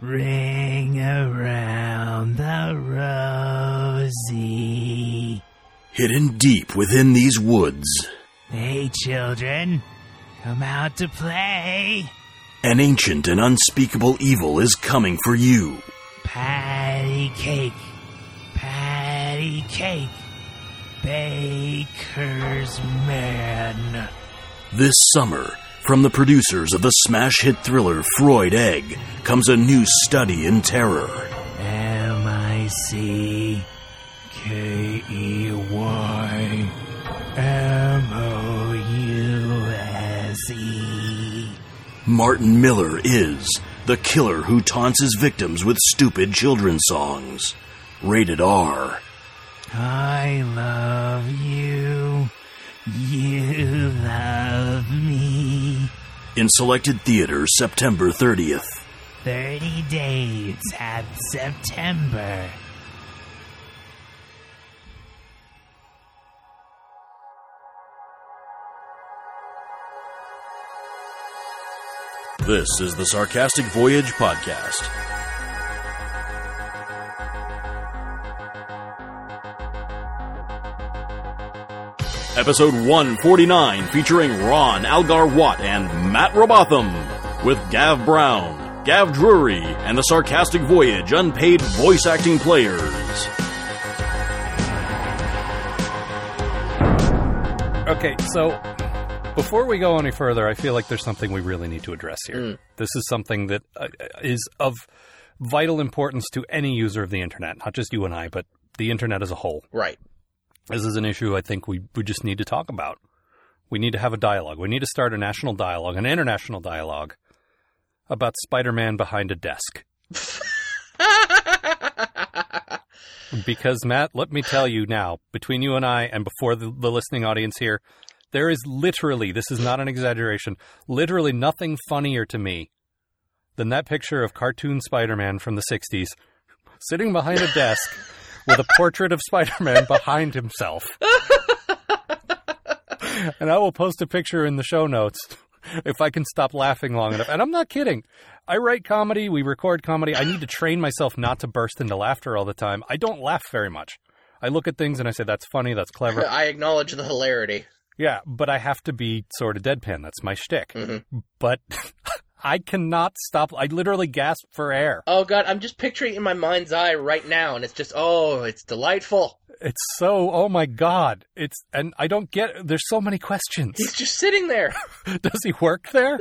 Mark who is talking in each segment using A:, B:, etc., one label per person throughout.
A: Ring around the rosy.
B: Hidden deep within these woods,
A: Hey, children, come out to play.
B: an ancient and unspeakable evil is coming for you.
A: Patty cake, patty cake, baker's man.
B: This summer, from the producers of the smash hit thriller Freud Egg comes a new study in terror.
A: M I C K E Y M O U S E.
B: Martin Miller is the killer who taunts his victims with stupid children's songs. Rated R.
A: I love you. You love me.
B: In selected theaters September 30th.
A: 30 days at September.
B: This is the Sarcastic Voyage Podcast. Episode 149, featuring Ron Algar Watt and Matt Robotham, with Gav Brown, Gav Drury, and the Sarcastic Voyage unpaid voice acting players.
C: Okay, so before we go any further, I feel like there's something we really need to address here. This is something that uh, is of vital importance to any user of the internet, not just you and I, but the internet as a whole.
D: Right.
C: This is an issue I think we, we just need to talk about. We need to have a dialogue. We need to start a national dialogue, an international dialogue about Spider Man behind a desk. Because, Matt, let me tell you now, between you and I and before the, the listening audience here, there is literally, this is not an exaggeration, literally nothing funnier to me than that picture of cartoon Spider Man from the 60s sitting behind a desk with a portrait of Spider Man behind himself. and I will post a picture in the show notes if I can stop laughing long enough. And I'm not kidding. I write comedy, we record comedy. I need to train myself not to burst into laughter all the time. I don't laugh very much. I look at things and I say, that's funny, that's clever.
D: I acknowledge the hilarity.
C: Yeah, but I have to be sort of deadpan. That's my shtick. But I cannot stop. I literally gasp for air.
D: Oh god, I'm just picturing it in my mind's eye right now, and it's just oh, it's delightful.
C: It's so. Oh my god! It's and I don't get. There's so many questions.
D: He's just sitting there.
C: Oh, Does he work there?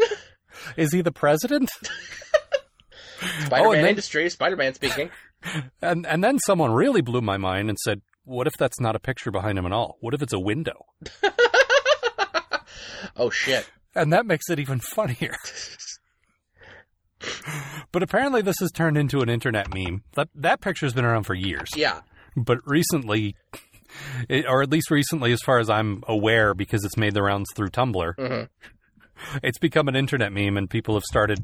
C: Is he the president? Oh,
D: Spider-Man
C: then-
D: Industries, Spider-Man speaking.
C: And and then someone really blew my mind and said, "What if that's not a picture behind him at all? What if it's a window?"
D: Oh shit.
C: And that makes it even funnier. but apparently, this has turned into an internet meme. That that picture's been around for years.
D: Yeah.
C: but recently, it, or at least recently, as far as I'm aware, because it's made the rounds through Tumblr,
D: Mhm.
C: it's become an internet meme, and people have started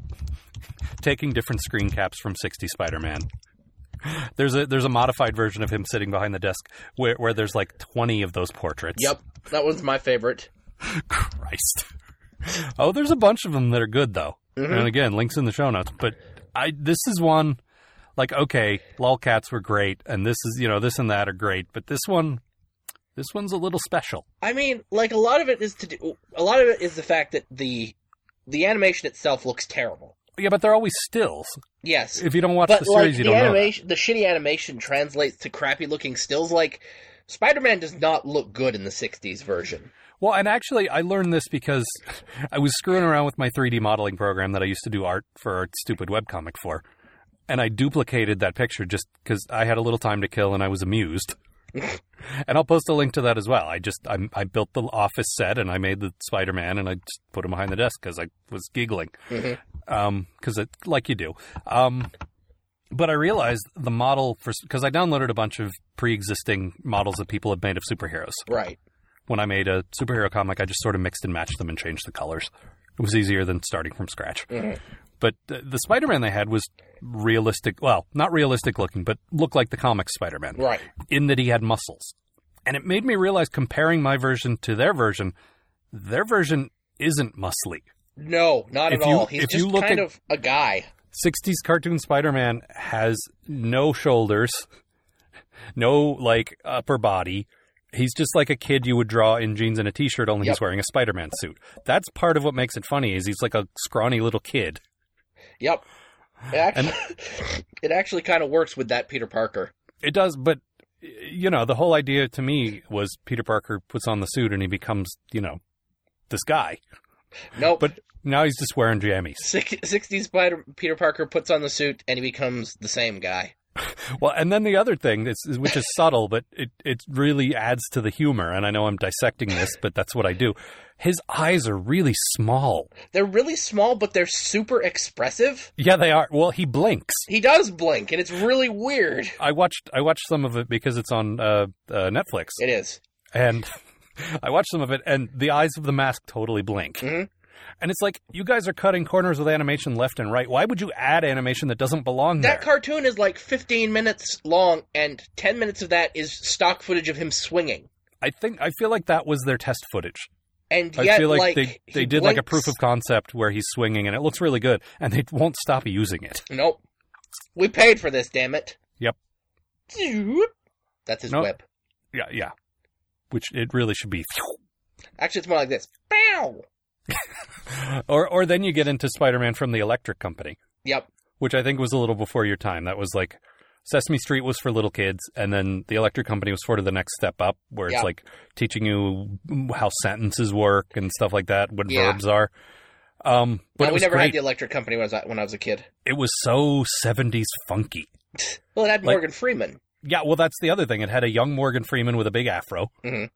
C: taking different screen caps from 60 Spider-Man. There's a there's a modified version of him sitting behind the desk where where there's like 20 of those portraits.
D: Yep. That one's my favorite.
C: Christ. Oh, there's a bunch of them that are good though.
D: Mm-hmm.
C: And again, links in the show notes. But I this is one like okay, lolcats were great, and this is you know this and that are great, but this one, this one's a little special.
D: I mean, like a lot of it is to do. A lot of it is the fact that the the animation itself looks terrible.
C: Yeah, but they're always stills.
D: Yes.
C: If you don't watch
D: but
C: the series,
D: like
C: you
D: the
C: don't know. that.
D: animation, the shitty animation translates to crappy looking stills. Like Spider-Man does not look good in the '60s version.
C: Well, and actually, I learned this because I was screwing around with my 3D modeling program that I used to do art for our stupid webcomic for. And I duplicated that picture just because I had a little time to kill and I was amused. and I'll post a link to that as well. I just I, I built the office set and I made the Spider Man and I just put him behind the desk because I was giggling, because
D: Mhm.
C: it like you do. Um, but I realized the model for because I downloaded a bunch of pre existing models that people had made of superheroes
D: Right.
C: when I made a superhero comic, I just sort of mixed and matched them and changed the colors. It was easier than starting from scratch. But uh, the Spider Man they had was realistic. Well, not realistic looking, but looked like the comic Spider Man.
D: Right.
C: In that he had muscles. And it made me realize comparing my version to their version, their version isn't muscly.
D: No, not
C: If
D: at
C: you-
D: all. He's
C: if
D: just
C: you look
D: kind
C: at-
D: of a guy.
C: 60s cartoon Spider-Man has no shoulders, no like upper body. He's just like a kid you would draw in jeans and a t-shirt only he's
D: Yep.
C: wearing a Spider-Man suit. That's part of what makes it funny is he's like a scrawny little kid.
D: Yep. It actually, it actually kind of works with that Peter Parker.
C: It does, but you know, the whole idea to me was Peter Parker puts on the suit and he becomes, you know, this guy.
D: Nope.
C: But now he's just wearing jammies.
D: Six- 60s Spider Peter Parker puts on the suit and he becomes the same guy.
C: Well, and then the other thing, is, is- which is subtle, but it, it really adds to the humor. And I know I'm dissecting this, but that's what I do. His eyes are really small.
D: They're really small, but they're super expressive.
C: Yeah, they are. Well, he blinks.
D: He does blink, and it's really weird.
C: I watched I watched some of it because it's on uh, uh, Netflix,
D: It is.
C: and I watched some of it, and the eyes of the mask totally blink.
D: Mhm.
C: And it's like you guys are cutting corners with animation left and right. Why would you add animation that doesn't belong there?
D: That cartoon is like 15 minutes long, and 10 minutes of that is stock footage of him swinging.
C: I think I feel like that was their test footage.
D: And
C: I
D: yet,
C: feel like,
D: like
C: they,
D: he
C: they did like a proof
D: blinks.
C: of concept where he's swinging and it looks really good, and they won't stop using it.
D: Nope. We paid for this, damn it.
C: Yep.
D: That's his
C: Nope.
D: whip.
C: Yeah, yeah. Which it really should be.
D: Actually, it's more like this. Bow.
C: Or or then you get into Spider-Man from the Electric Company,
D: Yep.
C: which I think was a little before your time. That was like Sesame Street was for little kids, and then the Electric Company was sort of the next step up, where
D: Yeah.
C: it's like teaching you how sentences work and stuff like that, what
D: Yeah.
C: verbs are. Um, but
D: No,
C: it
D: we
C: was
D: never
C: great.
D: had the electric company when I was when I was a kid.
C: it was so '70s funky.
D: Well, it had
C: Like-
D: Morgan Freeman.
C: Yeah, well, that's the other thing. It had a young Morgan Freeman with a big afro.
D: Mhm.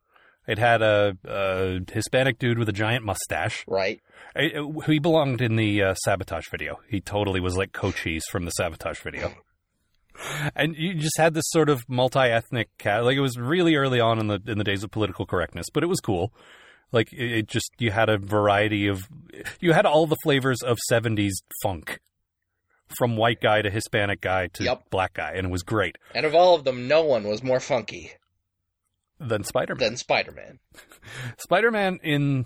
C: It had a, a Hispanic dude with a giant mustache.
D: Right.
C: I- I- he belonged in the uh, sabotage video. He totally was like Cochise from the sabotage video. And you just had this sort of multi-ethnic cat. Like it was really early on in the in the days of political correctness, but it was cool. Like it, it just you had a variety of you had all the flavors of '70s funk, from white guy to Hispanic guy to
D: Yep.
C: black guy, and it was great.
D: And of all of them, no one was more funky
C: Then Spider-Man.
D: than Spider Man.
C: Spider-Man in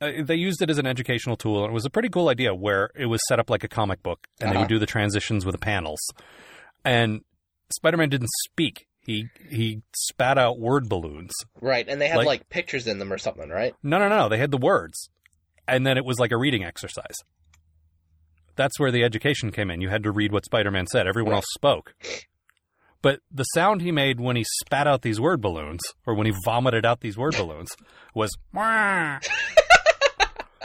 C: uh, they used it as an educational tool and it was a pretty cool idea where it was set up like a comic book and they
D: Uh-huh.
C: would do the transitions with the panels. And Spider-Man didn't speak. He he spat out word balloons.
D: Right. And they had
C: Like-
D: like, pictures in them or something, right?
C: No, no, no, they had the words. And then it was like a reading exercise. That's where the education came in. You had to read what Spider-Man said. Everyone
D: Right.
C: else spoke. But the sound he made when he spat out these word balloons, or when he vomited out these word balloons, was "Wah."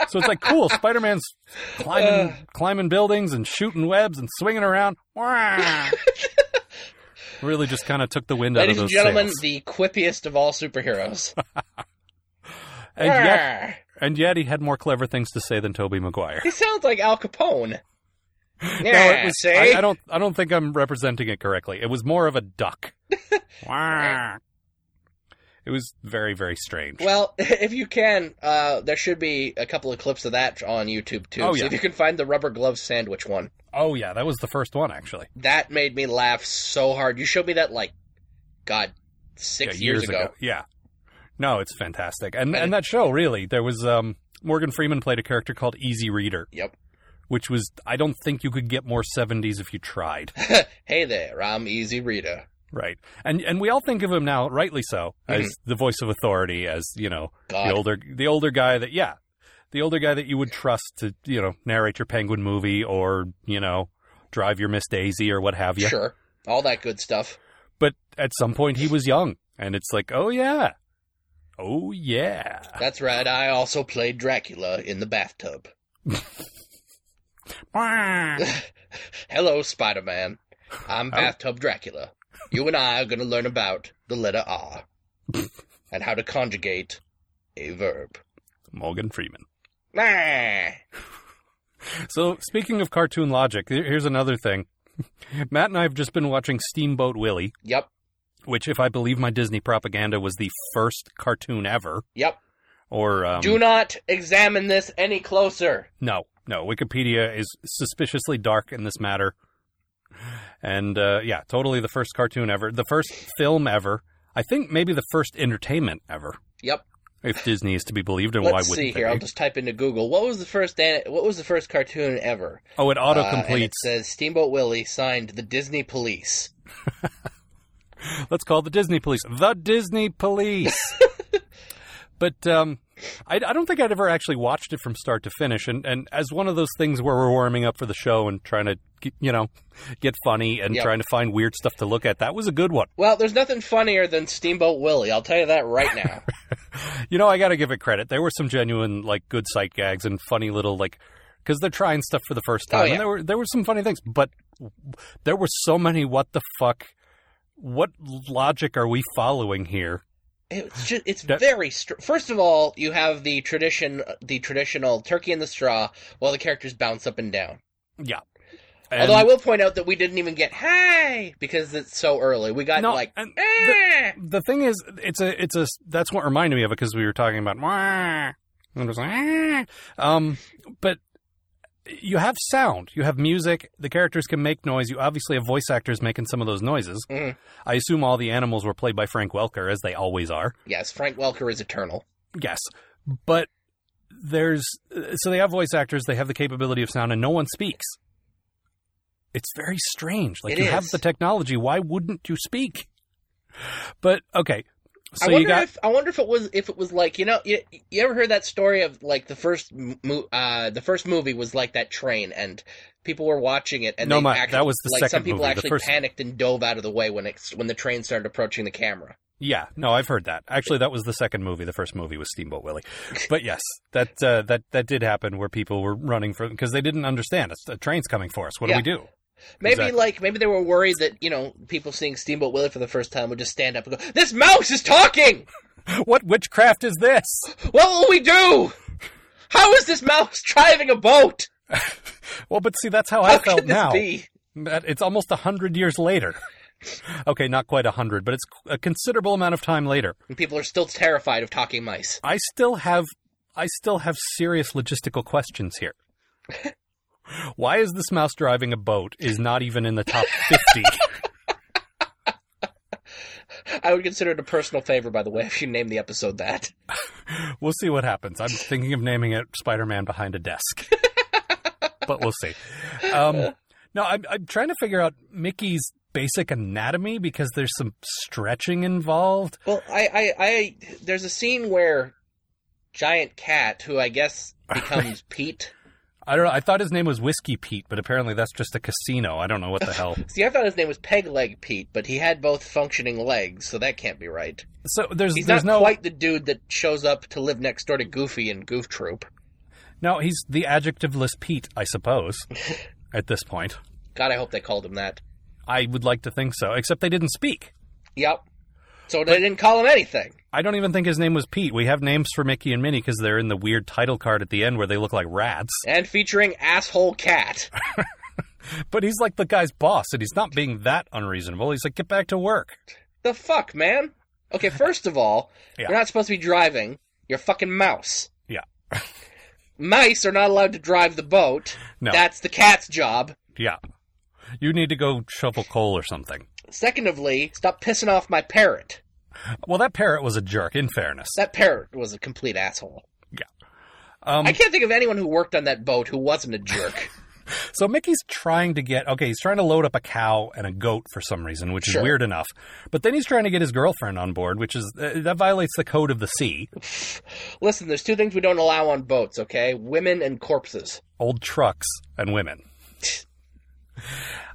C: so it's like cool. Spider Man's climbing,
D: Uh.
C: climbing buildings and shooting webs and swinging around. "Wah." really, just kind of took the wind out of
D: Ladies and
C: those
D: gentlemen,
C: sails.
D: the quippiest of all superheroes.
C: And yet,
D: Arr!
C: and yet, he had more clever things to say than Toby Maguire.
D: He sounds like Al Capone. Yeah,
C: No, it was.
D: see?
C: I, I don't. I don't think I'm representing it correctly. It was more of a duck. Wah. it was very, very strange.
D: Well, if you can, uh, there should be a couple of clips of that on YouTube too.
C: Oh,
D: So
C: yeah.
D: if you can find the rubber glove sandwich one,
C: oh yeah, that was the first one actually.
D: that made me laugh so hard. You showed me that like, God, six
C: Yeah,
D: years, ago.
C: Yeah. No, it's fantastic, and
D: And
C: and that show really there was um, Morgan Freeman played a character called Easy Reader,
D: Yep.
C: which was I don't think you could get more '70s if you tried,
D: Hey there, I'm Easy Rita.
C: right? And and we all think of him now, rightly so, as the voice of authority, as you know,
D: Mm-hmm. God,
C: the older the older guy that yeah the older guy that you would trust to you know narrate your penguin movie or you know drive your miss daisy or what have you
D: sure, all that good stuff.
C: but at some point he was young and it's like oh yeah oh yeah
D: That's right. I also played Dracula in the bathtub. Hello, Spider Man. I'm
C: Oh.
D: Bathtub Dracula. You and I are going to learn about the letter R and how to conjugate a verb.
C: morgan freeman
D: Nah.
C: so speaking of cartoon logic here- here's another thing matt and i have just been watching steamboat willie
D: Yep,
C: which if i believe my disney propaganda was the first cartoon ever
D: yep.
C: or um,
D: Do not examine this any closer.
C: No, no. Wikipedia is suspiciously dark in this matter. And uh, yeah, totally the first cartoon ever, the first film ever. I think maybe the first entertainment ever.
D: Yep.
C: If Disney is to be believed, and why
D: Let's
C: wouldn't
D: see
C: they
D: here. I'll
C: be?
D: just type into Google what was the first an- what was the first cartoon ever.
C: Oh, it auto
D: Uh, and it
C: completes.
D: says Steamboat Willie signed the Disney Police.
C: Let's call the Disney police the Disney police. but um, I, I don't think I'd ever actually watched it from start to finish. And, and as one of those things where we're warming up for the show and trying to, get- you know, get funny and
D: Yep.
C: trying to find weird stuff to look at, that was a good one.
D: Well, there's nothing funnier than Steamboat Willie. I'll tell you that right now.
C: You know, I got to give it credit. There were some genuine, like, good sight gags and funny little, like, because they're trying stuff for the first
D: Oh,
C: time.
D: yeah.
C: And there were there were some funny things, but there were so many. What the fuck? What logic are we following here?
D: It's just it's
C: That-
D: very str- first of all, you have the tradition the traditional turkey in the straw while the characters bounce up and down.
C: Yeah.
D: Although
C: And-
D: I will point out that we didn't even get hey because it's so early. We got
C: No,
D: like
C: and
D: eh.
C: the thing is, it's a, it's a, that's what reminded me of it because we were talking about, "Wah," and it was like, "Ah." um, but you have sound, you have music, the characters can make noise. You obviously have voice actors making some of those noises.
D: Mhm.
C: I assume all the animals were played by Frank Welker, as they always are.
D: yes, Frank Welker is eternal.
C: Yes, but there's so they have voice actors, they have the capability of sound, and no one speaks. It's very strange. Like
D: It
C: you have
D: is.
C: the technology, why wouldn't you speak? But okay, so
D: I
C: you
D: wonder
C: got
D: if I wonder if it was if it was like you know you, you ever heard that story of like the first mo- uh the first movie was like that train and people were watching it and
C: No,
D: they
C: my-
D: actually,
C: that was the
D: like some
C: second
D: people
C: movie, the
D: actually
C: first-
D: panicked and dove out of the way when it when the train started approaching the camera.
C: yeah. No, I've heard that. Actually, that was the second movie. The first movie was Steamboat Willie. But yes, that uh, that that did happen where people were running for because they didn't understand. It's, a train's coming for us. What
D: Yeah.
C: do we do?
D: Maybe
C: Exactly.
D: like maybe they were worried that you know people seeing Steamboat Willie for the first time would just stand up and go, "This mouse is talking.
C: What witchcraft is this?
D: What will we do? How is this mouse driving a boat?
C: Well, but see, that's how,
D: How
C: I felt
D: can this
C: now.
D: be?"
C: That- It's almost a hundred years later. okay, not quite a hundred, but it's a considerable amount of time later.
D: And people are still terrified of talking mice.
C: I still have, I still have serious logistical questions here. Why is this mouse driving a boat? Is not even in the top fifty.
D: I would consider it a personal favor, by the way, if you name the episode that.
C: we'll see what happens. I'm thinking of naming it Spider-Man Behind a Desk, but we'll see.
D: Uh.
C: Um, no, I'm, I'm trying to figure out Mickey's basic anatomy because there's some stretching involved.
D: Well, I, I, I there's a scene where giant cat, who I guess becomes Pete.
C: I don't know. I thought his name was Whiskey Pete, but apparently that's just a casino. I don't know what the hell.
D: See, I thought his name was Peg Leg Pete, but he had both functioning legs, so that can't be right.
C: So there's
D: He's
C: there's
D: not
C: no
D: quite the dude that shows up to live next door to Goofy and Goof Troop.
C: no. He's the adjectiveless Pete, I suppose. at this point,
D: God, I hope they called him that.
C: I would like to think so. Except they didn't speak.
D: Yep. So they didn't call him anything.
C: I don't even think his name was Pete. We have names for Mickey and Minnie because they're in the weird title card at the end where they look like rats.
D: And featuring asshole cat.
C: But he's like the guy's boss, and he's not being that unreasonable. He's like, get back to work.
D: the fuck, man? Okay, first of all,
C: Yeah.
D: you're not supposed to be driving. You're a fucking mouse.
C: Yeah.
D: Mice are not allowed to drive the boat.
C: No.
D: That's the cat's job.
C: Yeah, you need to go shovel coal or something.
D: Secondly, stop pissing off my parrot.
C: Well, that parrot was a jerk. In fairness,
D: That parrot was a complete asshole.
C: um,
D: I can't think of anyone who worked on that boat who wasn't a jerk.
C: So Mickey's trying to get okay, he's trying to load up a cow and a goat for some reason, which
D: Sure.
C: is weird enough. But then he's trying to get his girlfriend on board, which is uh, that violates the code of the sea.
D: Listen, there's two things we don't allow on boats, okay? Women and corpses.
C: Old trucks and women.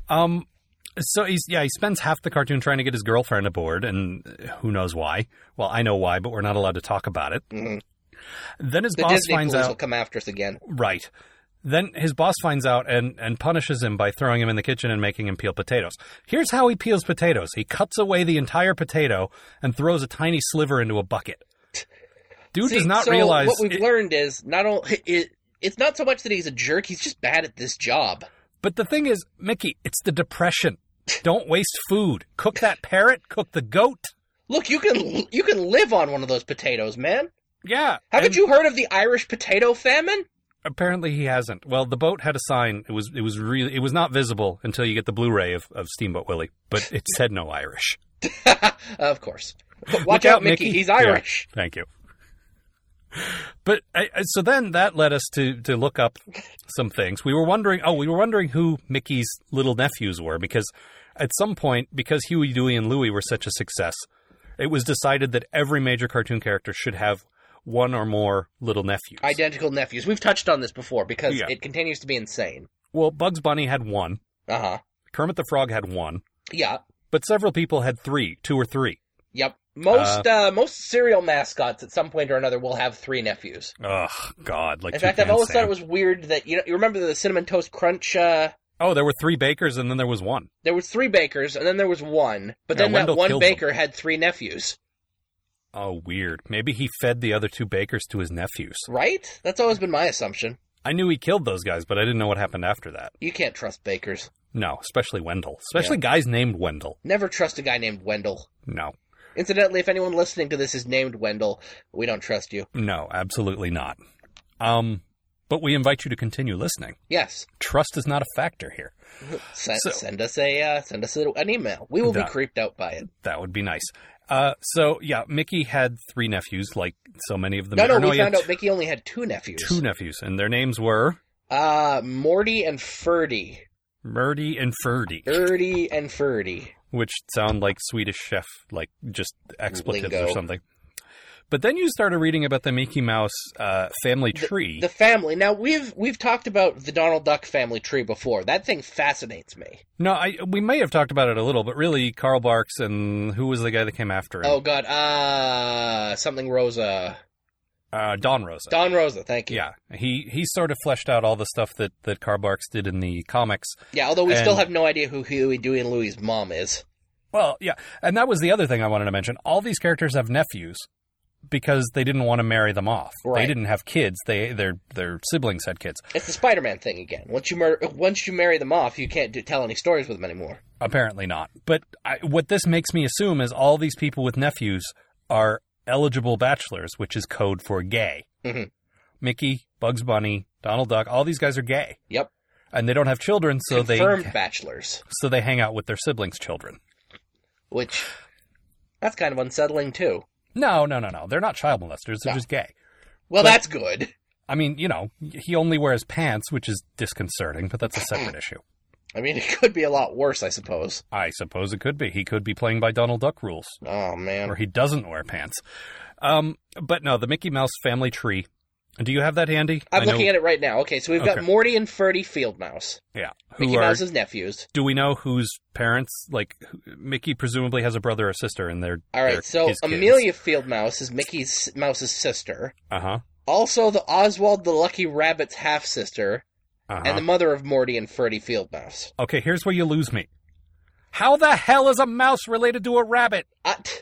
C: um so he's yeah, he spends half the cartoon trying to get his girlfriend aboard and who knows why. Well, I know why, but we're not allowed to talk about it.
D: Mhm.
C: Then his
D: The
C: boss
D: Disney
C: finds
D: police will
C: out
D: come after us again.
C: right. Then his boss finds out and, and punishes him by throwing him in the kitchen and making him peel potatoes. Here's how he peels potatoes he cuts away the entire potato and throws a tiny sliver into a bucket. Dude
D: See,
C: does not
D: so
C: realize.
D: what we've
C: it-
D: learned is not only it, it's not so much that he's a jerk; he's just bad at this job.
C: but the thing is, Mickey, it's the depression. Don't waste food. Cook that parrot, cook the goat.
D: Look, you can you can live on one of those potatoes, man.
C: Yeah.
D: Haven't
C: and
D: you heard of the Irish potato famine?
C: Apparently he hasn't. Well, the boat had a sign. It was it was really it was not visible until you get the Blu-ray of, of Steamboat Willie, but it said no Irish.
D: of course. But watch
C: Look
D: out, Mickey. He's Irish.
C: Yeah, thank you. But I, I- so then that led us to to look up some things. We were wondering. Oh, we were wondering who Mickey's little nephews were because at some point, because Huey, Dewey, and Louie were such a success, it was decided that every major cartoon character should have one or more little nephews.
D: Identical nephews. We've touched on this before because
C: Yeah.
D: it continues to be insane.
C: well, Bugs Bunny had one.
D: Uh huh.
C: Kermit the Frog had one,
D: Yeah.
C: but several people had three, two or three.
D: Yep. Most uh, most serial mascots at some point or another will have three nephews.
C: Ugh, God! Like
D: In
C: two
D: fact, I've
C: cans,
D: always thought
C: Sam.
D: it was weird that you know you remember the cinnamon toast crunch. Uh,
C: Oh, there were three bakers, and then there was one.
D: there was three bakers and then there was one, but
C: Yeah,
D: then
C: Wendell
D: that one
C: killed them.
D: baker had three nephews.
C: Oh, weird. Maybe he fed the other two bakers to his nephews.
D: Right? That's always been my assumption.
C: I knew he killed those guys, but I didn't know what happened after that.
D: You can't trust bakers.
C: No, especially Wendell. Especially guys named Wendell.
D: Never trust a guy named Wendell.
C: No,
D: Incidentally, if anyone listening to this is named Wendell, we don't trust you.
C: no, absolutely not. Um, but we invite you to continue listening.
D: Yes,
C: Trust is not a factor here.
D: send,
C: So-
D: send us a uh, send us a, an email. We will be
C: Duh.
D: creeped out by it.
C: That would be nice. Uh, so yeah, Mickey had three nephews, like so many of them.
D: No, no,
C: or
D: we
C: he had
D: found out Mickey only had two nephews.
C: two nephews, and their names were
D: uh, Morty and Ferdy,
C: Murdy and Ferdy,
D: Erdy and Ferdy.
C: which sound like Swedish chef, like just expletives
D: Lingo.
C: or something. But then you started reading about the Mickey Mouse uh, family tree.
D: The family. Now we've we've talked about the Donald Duck family tree before. That thing fascinates me.
C: No, I we may have talked about it a little, but really, Carl Barks and who was the guy that came after
D: Oh
C: him?
D: God, uh, something Rosa,
C: uh, Don Rosa.
D: Don Rosa. Thank you.
C: Yeah, he he sort of fleshed out all the stuff that that Carl Barks did in the comics.
D: Yeah, although we still
C: And-
D: have no idea who Huey, Dewey, and Louie's mom is.
C: Well, yeah, and that was the other thing I wanted to mention. All these characters have nephews because they didn't want to marry them off.
D: Right.
C: They didn't have kids. They their their siblings had kids.
D: It's the Spider-Man thing again. Once you mur- once you marry them off, you can't do- tell any stories with them anymore.
C: Apparently not. But I, what this makes me assume is all these people with nephews are eligible bachelors, which is code for gay.
D: Mhm.
C: Mickey, Bugs Bunny, Donald Duck, all these guys are gay,
D: Yep.
C: and they don't have children, so
D: Confirmed
C: they
D: bachelors,
C: so they hang out with their siblings' children.
D: which that's kind of unsettling too.
C: No, no, no, no. They're not child molesters. They're
D: No.
C: just gay.
D: Well,
C: But-
D: that's good.
C: I mean, you know, he only wears pants, which is disconcerting, but that's a separate issue.
D: I mean, it could be a lot worse, I suppose.
C: I suppose it could be. He could be playing by Donald Duck rules.
D: Oh man.
C: or he doesn't wear pants. Um, but no, the Mickey Mouse family tree. Do you have that handy?
D: I'm looking at it right now. Okay, so we've got
C: Okay.
D: Morty and Ferdy Field Mouse,
C: Yeah. Who
D: Mickey
C: are,
D: Mouse's nephews.
C: Do we know whose parents? Like who- Mickey presumably has a brother or sister, and they're
D: All
C: they're
D: right, so
C: his kids.
D: Amelia Field Mouse is Mickey's Mouse's sister,
C: Uh huh.
D: also the Oswald the Lucky Rabbit's half sister,
C: Uh
D: and the
C: huh.
D: mother of Morty and Ferdy Field Mouse.
C: Okay, here's where you lose me. How the hell is a mouse related to a rabbit?
D: Uh, t-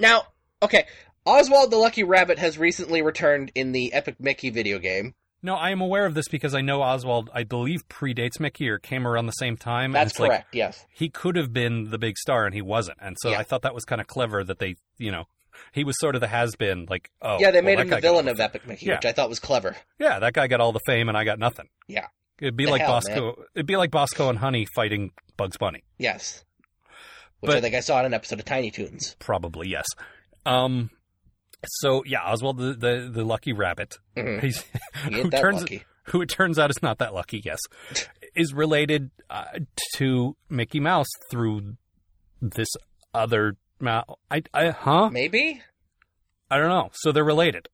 D: now, okay, Oswald the Lucky Rabbit has recently returned in the Epic Mickey video game.
C: No, I am aware of this because I know Oswald. I believe predates Mickey or came around the same time. and
D: That's
C: it's like,
D: correct. yes.
C: he could have been the big star and he wasn't. And so
D: Yeah.
C: I thought that was kind of clever that they, you know, he was sort of the has been. Like, oh,
D: yeah, they
C: well,
D: made
C: that
D: him the
C: guy got all
D: villain of Epic Mickey,
C: Yeah.
D: which I thought was clever.
C: Yeah, that guy got all the fame and I got nothing.
D: Yeah.
C: It'd be
D: The
C: like
D: hell,
C: Bosco. It'd be like Bosco and Honey fighting Bugs Bunny.
D: Yes. Which I
C: But-
D: think I saw in an episode of Tiny Toons.
C: Probably yes. Um. So yeah, Oswald the the, the lucky rabbit.
D: Mhm.
C: He's
D: He
C: who
D: ain't that
C: turns
D: lucky.
C: who it turns out is not that lucky. Yes, is related uh, to Mickey Mouse through this other. Mouse. I I huh.
D: Maybe?
C: I don't know. So they're related.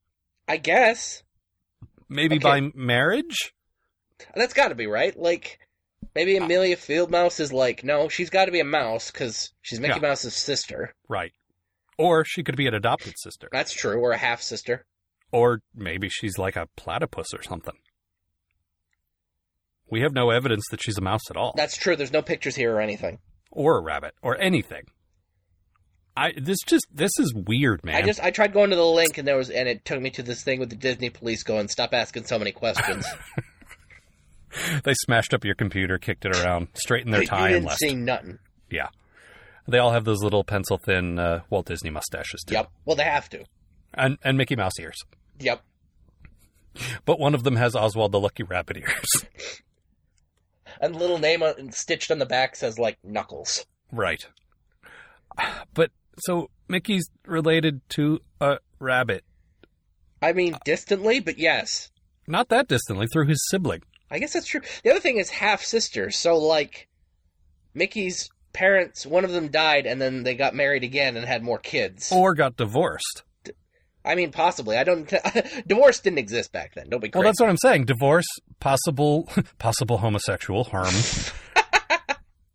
D: I guess.
C: Maybe
D: Okay.
C: by marriage?
D: That's gotta be right. Like, maybe
C: Uh,
D: Amelia Field Mouse is like, no, she's gotta be a mouse, because she's Mickey
C: Yeah.
D: Mouse's sister.
C: Right. Or she could be an adopted sister.
D: That's true, or a half sister.
C: Or maybe she's like a platypus or something. We have no evidence that she's a mouse at all.
D: That's true, there's no pictures here or anything.
C: or a rabbit. Or anything. I this just this is weird, man.
D: I just I tried going to the link and there was and it took me to this thing with the Disney police going stop asking so many questions.
C: They smashed up your computer, kicked it around, straightened their
D: you
C: tie and
D: didn't
C: left.
D: see nothing.
C: Yeah. They all have those little pencil thin uh, Walt Disney mustaches too.
D: Yep. Well, they have to.
C: And and Mickey Mouse ears.
D: Yep.
C: But one of them has Oswald the Lucky Rabbit ears.
D: And little name on, stitched on the back says like Knuckles.
C: Right. But so Mickey's related to a rabbit.
D: I mean, distantly, but yes.
C: Not that distantly, through his sibling.
D: I guess that's true. The other thing is half sisters. So like, Mickey's parents, one of them died, and then they got married again and had more kids.
C: Or got divorced.
D: I mean, possibly. I don't. divorce didn't exist back then. Don't be
C: Well,
D: crazy.
C: that's what I'm saying. Divorce, possible, possible homosexual harm.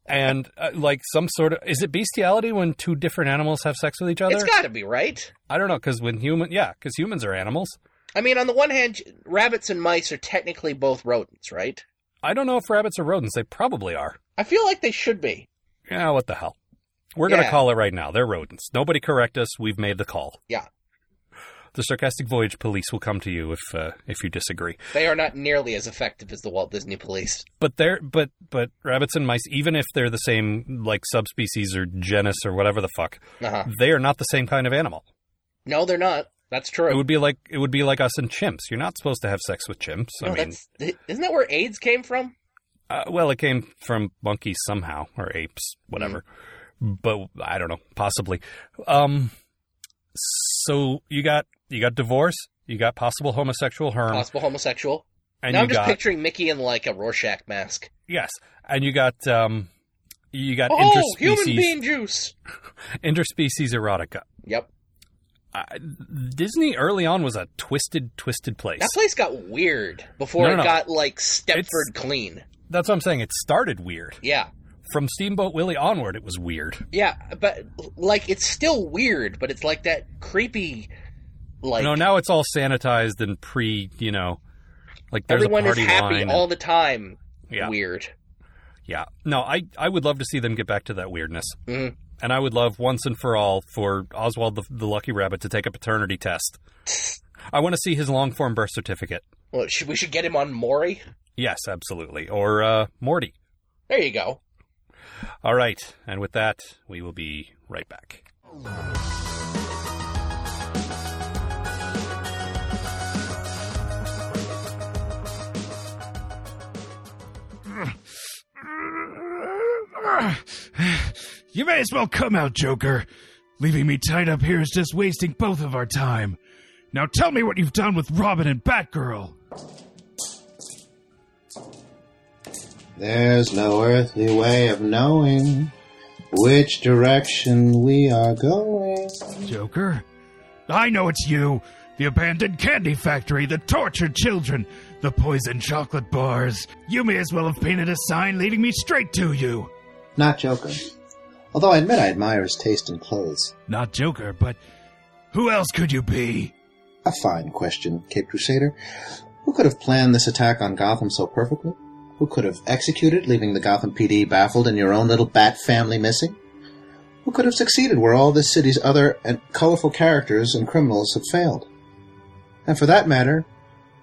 C: and uh, like some sort of is it bestiality when two different animals have sex with each other?
D: it's got to be right.
C: I don't know because when human, yeah, because humans are animals.
D: I mean, on the one hand, rabbits and mice are technically both rodents, right?
C: I don't know if rabbits are rodents. They probably are.
D: I feel like they should be.
C: Yeah, what the hell? We're gonna
D: Yeah.
C: call it right now. They're rodents. Nobody correct us. We've made the call.
D: Yeah.
C: The sarcastic voyage police will come to you if uh, if you disagree.
D: They are not nearly as effective as the Walt Disney Police.
C: But they're but but rabbits and mice, even if they're the same like subspecies or genus or whatever the fuck,
D: Uh-huh.
C: they are not the same kind of animal.
D: No, they're not. That's true.
C: It would be like it would be like us and chimps. You're not supposed to have sex with chimps.
D: No,
C: I mean,
D: that's, isn't that where AIDS came from?
C: uh, well, it came from monkeys somehow or apes, whatever.
D: Mm.
C: But I don't know, possibly. Um, so you got you got divorce, you got possible homosexual harm,
D: Possible homosexual.
C: Um, and
D: now
C: you
D: I'm just
C: got
D: picturing Mickey in like a Rorschach mask.
C: yes, and you got um, you got
D: Oh, human
C: interspecies
D: bean juice.
C: interspecies erotica.
D: Yep.
C: I- Disney early on was a twisted, twisted place.
D: That place got weird before
C: No, no,
D: it
C: no.
D: got like Stepford clean.
C: That's what I'm saying. It started weird.
D: Yeah.
C: From Steamboat Willie onward, it was weird.
D: Yeah, but like it's still weird, but it's like that creepy like
C: no, now it's all sanitized and pre, you know, like there's
D: everyone
C: a
D: is
C: party
D: happy
C: line. and-
D: all the time.
C: yeah,
D: Weird.
C: yeah. No, I, I would love to see them get back to that weirdness.
D: Mhm.
C: And I would love once and for all for Oswald the, the Lucky Rabbit to take a paternity test. I want to see his long form birth certificate.
D: Well, should we should get him on Maury?
C: Yes, absolutely. Or uh, Morty.
D: There you go.
C: All right. And with that, we will be right back.
A: You may as well come out, Joker. Leaving me tied up here is just wasting both of our time. Now tell me what you've done with Robin and Batgirl.
E: There's no earthly way of knowing which direction we are going.
A: Joker? I know it's you. The abandoned candy factory, the tortured children, the poisoned chocolate bars. You may as well have painted a sign leading me straight to you.
E: Not Joker. Although I admit I admire his taste in clothes.
A: Not Joker, but who else could you be?
E: A fine question, Cape Crusader. Who could have planned this attack on Gotham so perfectly? Who could have executed, leaving the Gotham PD baffled and your own little bat family missing? Who could have succeeded where all this city's other and colorful characters and criminals have failed? And for that matter,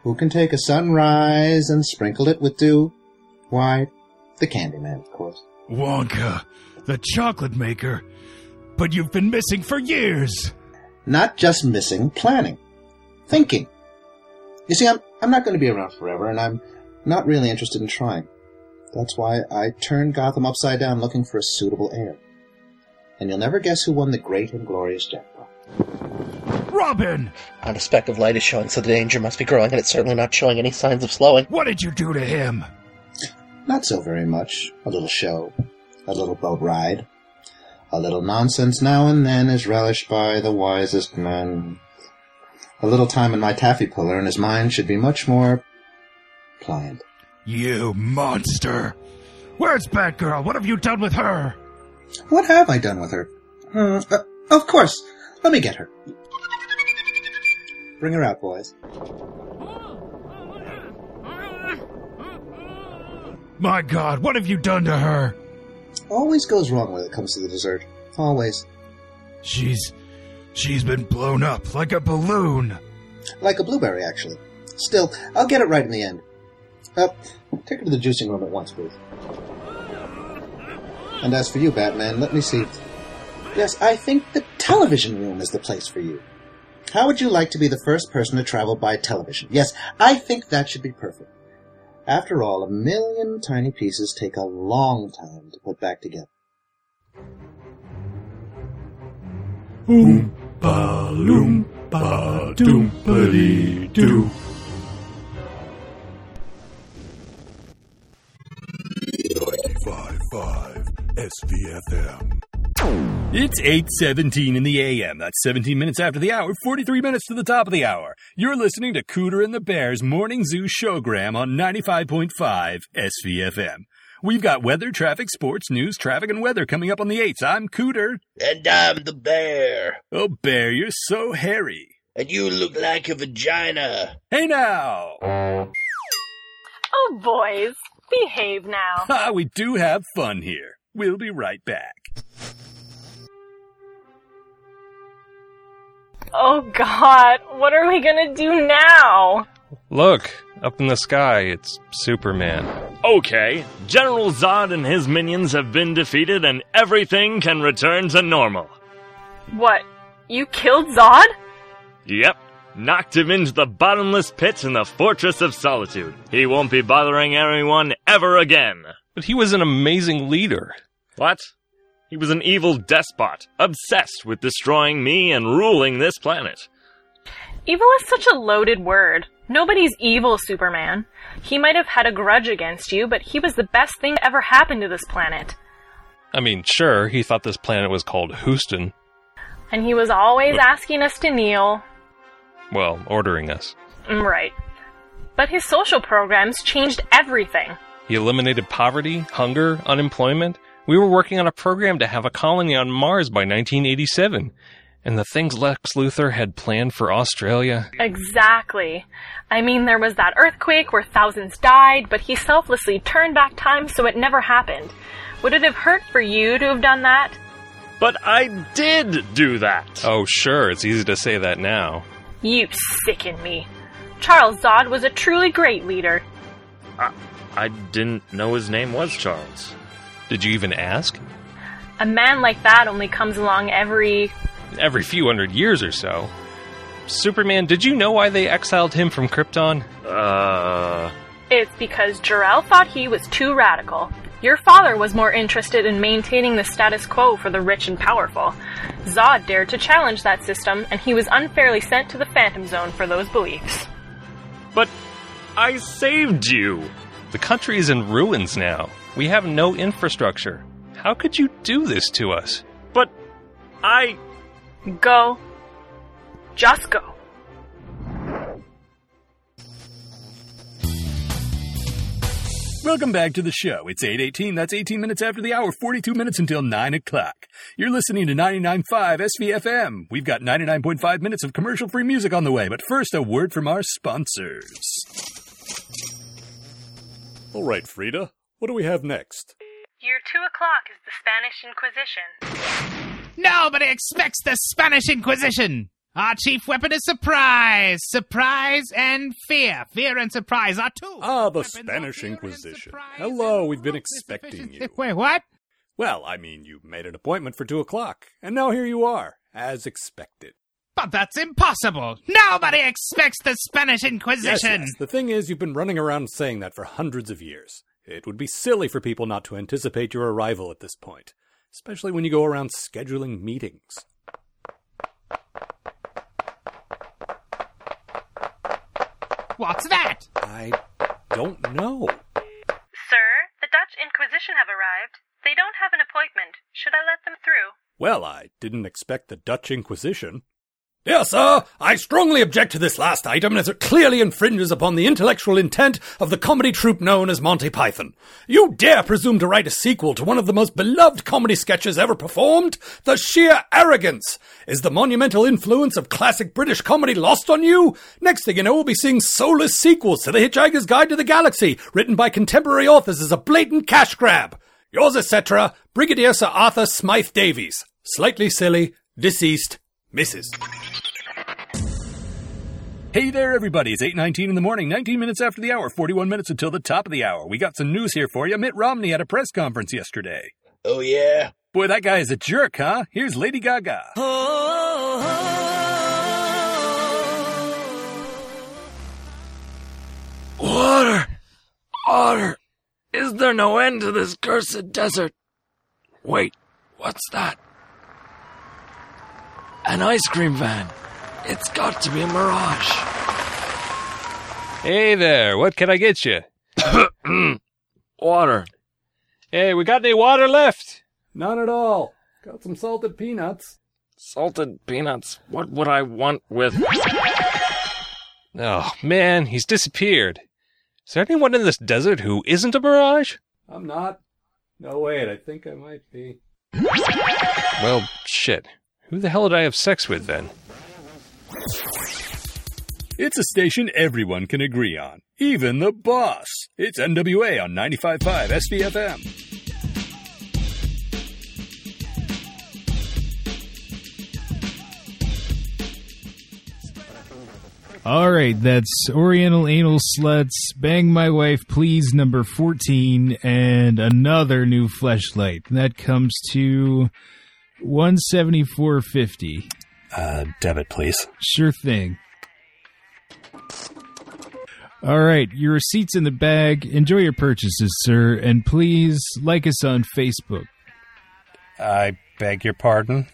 E: who can take a sunrise and sprinkle it with dew? Why, the Candyman, of course.
A: Wonka, the chocolate maker. But you've been missing for years.
E: not just missing planning, thinking. You see, I'm, I'm not going to be around forever, and I'm not really interested in trying. That's why I turned Gotham upside down looking for a suitable heir. And you'll never guess who won the great and glorious jackpot.
A: Robin,
D: Out of speck of light is showing, so the danger must be growing, and it's certainly not showing any signs of slowing.
A: what did you do to him?
E: Not so very much. A little show, a little boat ride, a little nonsense now and then is relished by the wisest men. A little time in my taffy puller, and his mind should be much more pliant.
A: You monster. Where's Batgirl? What have you done with her?
E: What have I done with her? Hmm, uh, of course. Let me get her. Bring her out, boys.
A: My god, what have you done to her?
E: Always goes wrong when it comes to the dessert. Always.
A: She's. She's been blown up like a balloon.
E: Like a blueberry, actually. Still, I'll get it right in the end. Uh, take her to the juicing room at once, please. And as for you, Batman, let me see. Yes, I think the television room is the place for you. How would you like to be the first person to travel by television? Yes, I think that should be perfect. After all, a million tiny pieces take a long time to put back together.
A: Oompa ba doompity doo.
F: Five five SVFM.
C: It's 8.17 in the a.m. That's 17 minutes after the hour, 43 minutes to the top of the hour. You're listening to Cooter and the Bear's Morning Zoo Showgram on 95.5 SVFM. We've got weather, traffic, sports, news, traffic, and weather coming up on the 8th. I'm Cooter.
D: And I'm the bear.
C: Oh, Bear, you're so hairy.
D: And you look like a vagina.
C: Hey now!
G: Oh, boys, behave now.
C: Ah, we do have fun here. We'll be right back.
G: Oh, God, what are we gonna do now?
H: Look, up in the sky, it's Superman.
I: Okay, General Zod and his minions have been defeated and everything can return to normal.
G: What? You killed Zod?
I: Yep, knocked him into the bottomless pit in the Fortress of Solitude. He won't be bothering anyone ever again.
H: But he was an amazing leader.
I: What? He was an evil despot, obsessed with destroying me and ruling this planet.
G: Evil is such a loaded word. Nobody's evil, Superman. He might have had a grudge against you, but he was the best thing that ever happened to this planet.
H: I mean, sure, he thought this planet was called Houston.
G: And he was always asking us to kneel.
H: Well, ordering us.
G: Mm, Right. But his social programs changed everything.
H: He eliminated poverty, hunger, unemployment. We were working on a program to have a colony on Mars by 1987. And the things Lex Luthor had planned for Australia.
G: Exactly. I mean, there was that earthquake where thousands died, but he selflessly turned back time so it never happened. Would it have hurt for you to have done that?
I: But I did do that.
H: Oh, sure, it's easy to say that now.
G: You sicken me. Charles Zod was a truly great leader.
I: I didn't know his name was Charles.
H: Did you even ask?
G: A man like that only comes along every.
H: Every few hundred years or so. Superman, did you know why they exiled him from Krypton?
I: Uh,
G: It's because Jarrell thought he was too radical. Your father was more interested in maintaining the status quo for the rich and powerful. Zod dared to challenge that system, and he was unfairly sent to the Phantom Zone for those beliefs.
I: but I saved you.
H: The country is in ruins now. We have no infrastructure. How could you do this to us?
I: But I
G: Go. Just go.
C: Welcome back to the show. It's 8.18. That's 18 minutes after the hour, 42 minutes until 9 o'clock. You're listening to 99.5 SVFM. We've got 99.5 minutes of commercial-free music on the way, but first a word from our sponsors.
F: All right, Frida. What do we have next?
G: Year 2 o'clock is the Spanish Inquisition.
A: Nobody expects the Spanish Inquisition. Our chief weapon is surprise, surprise, and fear. Fear and surprise are two.
I: Oh.
F: Ah, the
A: weapons of
F: Spanish
A: fear and
F: Inquisition.
A: surprise
F: Hello,
A: and
F: we've been
A: ruthless
F: expecting
A: efficiency-
F: you.
A: Wait, what?
F: Well, I mean, you made an appointment for two o'clock, and now here you are, as expected.
A: But that's impossible. Nobody expects the Spanish
F: Yes,
A: Inquisition.
F: yes. The thing is, you've been running around saying that for hundreds of years. It would be silly for people not to anticipate your arrival at this point, especially when you go around scheduling meetings.
A: What's that?
F: I don't know.
G: Sir, the Dutch Inquisition have arrived. They don't have an appointment. Should I let them through?
F: Well, I didn't expect the Dutch Inquisition. Dear sir, I strongly object to this last item as it clearly infringes upon the intellectual intent of the comedy troupe known as Monty Python. You dare presume to write a sequel to one of the most beloved comedy sketches ever performed? The sheer arrogance! Is the monumental influence of classic British comedy lost on you? Next thing you know, we'll be seeing soulless sequels to The Hitchhiker's Guide to the Galaxy, written by contemporary authors as a blatant cash grab. Yours, etc., Brigadier Sir Arthur Smythe Davies. Slightly silly, deceased, Mrs.
C: Hey there, everybody. It's 8.19 in the morning, 19 minutes after the hour, 41 minutes until the top of the hour. We got some news here for you. Mitt Romney had a press conference yesterday.
D: Oh, yeah?
C: Boy, that guy is a jerk, huh? Here's Lady Gaga.
I: Water! Otter! Is there no end to this cursed desert? Wait, what's that? An ice cream van.
H: It's got to be a mirage. Hey there, what can I get you?
J: Water.
H: Hey, we got any water left?
F: None at all. Got some salted peanuts.
K: Salted peanuts. What would I want with.
H: Oh, man, he's disappeared. Is there anyone in this desert who isn't a mirage?
F: I'm not. No, wait, I think I might be.
H: Well, shit. Who the hell did I have sex with then?
F: It's a station everyone can agree on, even the boss. It's NWA on 95.5 SVFM.
L: All right, that's Oriental Anal Sluts, Bang My Wife, Please, number 14, and another new fleshlight. That comes to 174.50.
C: Uh, debit, please.
L: Sure thing. All right, your receipt's in the bag. Enjoy your purchases, sir, and please like us on Facebook.
C: I beg your pardon.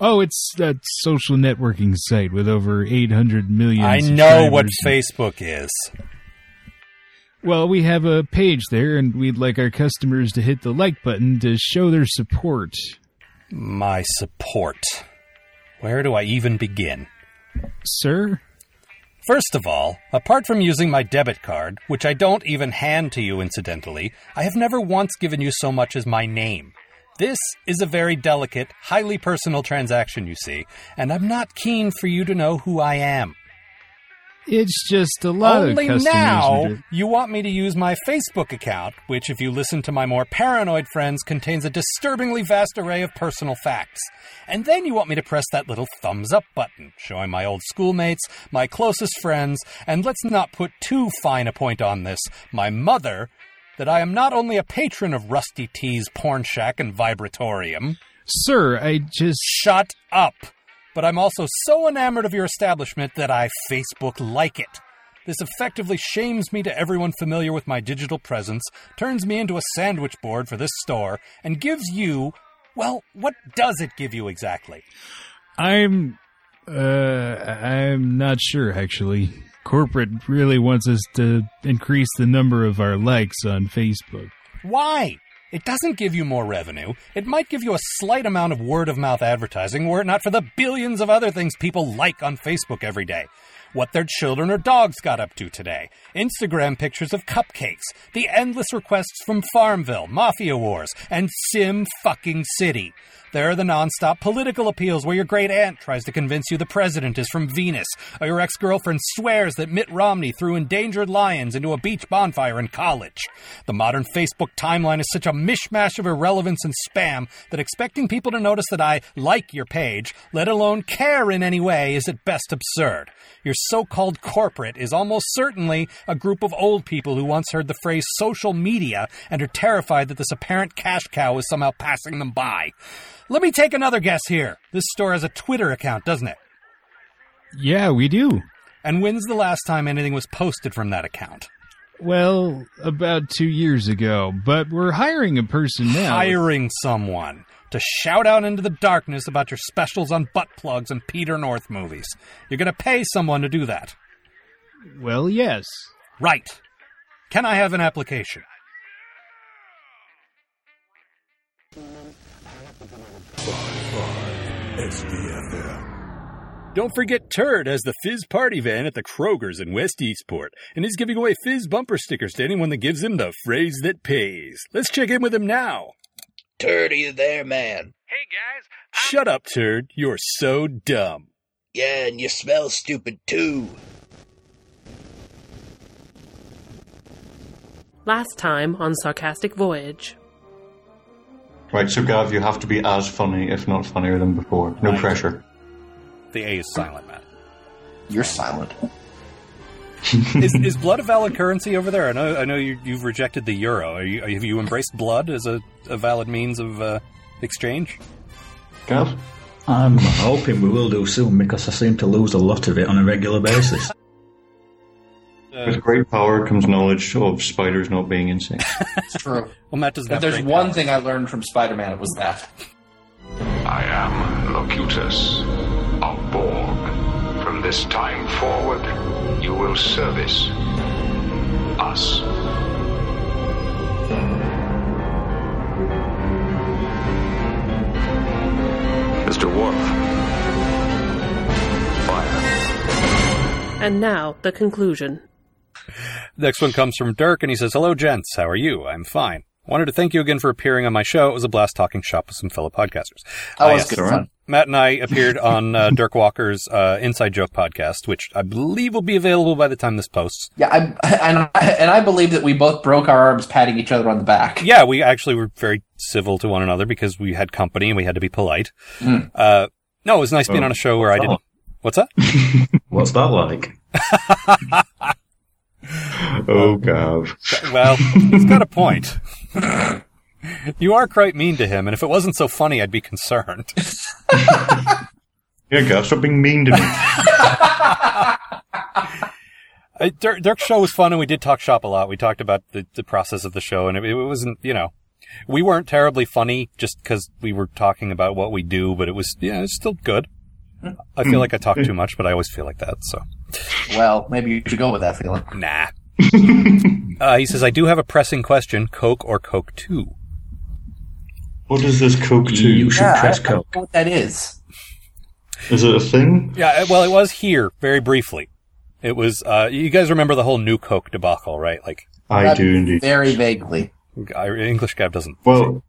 L: Oh, it's that social networking site with over 800 million.
C: I know what
L: subscribers.
C: Facebook is.
L: Well, we have a page there, and we'd like our customers to hit the like button to show their support.
C: My support. Where do I even begin?
L: Sir?
C: First of all, apart from using my debit card, which I don't even hand to you incidentally, I have never once given you so much as my name. This is a very delicate, highly personal transaction, you see, and I'm not keen for you to know who I am.
L: It's just a lot of
C: Only
L: customers.
C: now
L: that are-
C: you want me to use my Facebook account, which, if you listen to my more paranoid friends, contains a disturbingly vast array of personal facts. And then you want me to press that little thumbs up button, showing my old schoolmates, my closest friends, and let's not put too fine a point on this, my mother, that I am not only a patron of Rusty T's Porn Shack and Vibratorium.
L: Sir, I just.
C: Shut up! But I'm also so enamored of your establishment that I Facebook like it. This effectively shames me to everyone familiar with my digital presence, turns me into a sandwich board for this store, and gives you. Well, what does it give you exactly?
L: I'm. Uh, I'm not sure, actually. Corporate really wants us to increase the number of our likes on Facebook.
C: Why? It doesn't give you more revenue. It might give you a slight amount of word of mouth advertising were it not for the billions of other things people like on Facebook every day. What their children or dogs got up to today, Instagram pictures of cupcakes, the endless requests from Farmville, Mafia Wars, and Sim fucking City. There are the nonstop political appeals where your great aunt tries to convince you the president is from Venus, or your ex girlfriend swears that Mitt Romney threw endangered lions into a beach bonfire in college. The modern Facebook timeline is such a mishmash of irrelevance and spam that expecting people to notice that I like your page, let alone care in any way, is at best absurd. Your so called corporate is almost certainly a group of old people who once heard the phrase social media and are terrified that this apparent cash cow is somehow passing them by. Let me take another guess here. This store has a Twitter account, doesn't it?
L: Yeah, we do.
C: And when's the last time anything was posted from that account?
L: Well, about two years ago, but we're hiring a person now.
C: Hiring someone to shout out into the darkness about your specials on butt plugs and Peter North movies. You're going to pay someone to do that.
L: Well, yes.
C: Right. Can I have an application?
F: Don't forget Turd has the Fizz party van at the Kroger's in West Eastport and is giving away Fizz bumper stickers to anyone that gives him the phrase that pays. Let's check in with him now.
A: Turd, are you there, man?
M: Hey guys,
F: Shut up, Turd. You're so dumb.
A: Yeah, and you smell stupid too.
G: Last time on Sarcastic Voyage.
N: Right, so Gav, you have to be as funny, if not funnier than before. No
C: Right.
N: pressure.
C: The A is silent, Matt.
O: You're silent.
C: is, is blood a valid currency over there? I know, I know you, you've rejected the euro. Are you, have you embraced blood as a, a valid means of uh, exchange?
P: Um,
N: Gav?
P: I'm hoping we will do soon because I seem to lose a lot of it on a regular basis.
Q: Uh,
N: With great power comes knowledge of spiders not being insane.
D: It's true.
C: well, Matt doesn't
D: If
C: have
D: there's
C: great
D: one thing I learned from Spider-Man, it was that.
R: I am Locutus of Borg, from
S: this time forward, you will service us.
T: Mr. Worf.
U: And now, the conclusion.
C: Next one comes from Dirk, and he says, Hello, gents. How are you? I'm fine. Wanted to thank you again for appearing on my show. It was a blast talking shop with some fellow podcasters.
Q: That
C: I
Q: was
C: asked-
Q: good fun.
C: Matt and I appeared on uh, Dirk Walker's uh, Inside Joke podcast, which I believe will be available by the time this posts.
Q: Yeah, I, and I, and I believe that we both broke our arms patting each other on the back.
C: Yeah, we actually were very civil to one another because we had company and we had to be polite.
Q: Mm.
C: Uh, no, it was nice being
P: Oh,
C: on a show where I didn't. What's that?
P: What's that like? oh, Gav.
C: Well, he's got a point. you are quite mean to him, and if it wasn't so funny, I'd be concerned.
N: Yeah, Gav, stop being mean to me.
C: Uh, Dirk, Dirk's show was fun, and we did talk shop a lot. We talked about the, the process of the show, and it, it wasn't, you know, we weren't terribly funny just because we were talking about what we do, but it was, yeah, it's still good. I feel like I talk too much, but I always feel like that, so.
Q: Well, maybe you should go with that feeling.
C: Nah. Uh, he says, I do have a pressing question Coke or Coke 2?
N: What is this Coke 2?
P: You should
Q: Yeah,
P: press
Q: I- I don't
P: Coke.
Q: know what that is.
N: Is it a thing?
C: Yeah, uh, well, it was here very briefly. It was. Uh, you guys remember the whole new Coke debacle, right? Like
N: I do indeed.
Q: Very vaguely.
C: English Gav doesn't.
N: Well,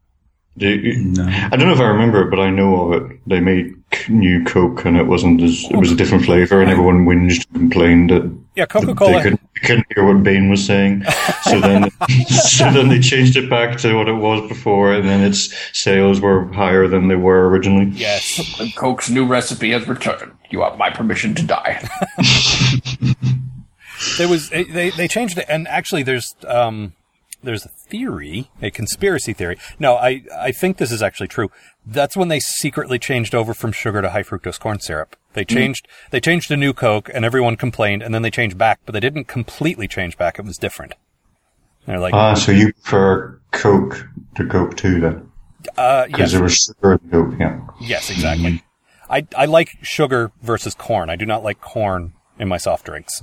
N: do you- I don't know if I remember it, but I know of it. They made c- new Coke, and it wasn't as it was a different flavor, and everyone whinged and complained that
C: Yeah, Coca
N: they
C: Cola.
N: couldn't, they couldn't hear what Bane was saying. So then, so then they changed it back to what it was before, and then its sales were higher than they were originally.
C: Yes.
Q: Coke's new recipe has returned. You have my permission to die.
C: There was eh, they they changed it, and actually, there's um there's a theory, a conspiracy theory. No, I I think this is actually true. That's when they secretly changed over from sugar to high fructose corn syrup. They
Q: Hmm.
V: Mm.
C: changed they changed to new Coke, and everyone complained, and then they changed back, but they didn't completely change back. It was different. They're like,
N: ah, so you prefer Coke to Coke Two then?
C: uh,
N: Because
C: yes.
N: there was sugar in Coke, yeah. Mm.
C: Yes, exactly. I, I like sugar versus corn. I do not like corn in my soft drinks.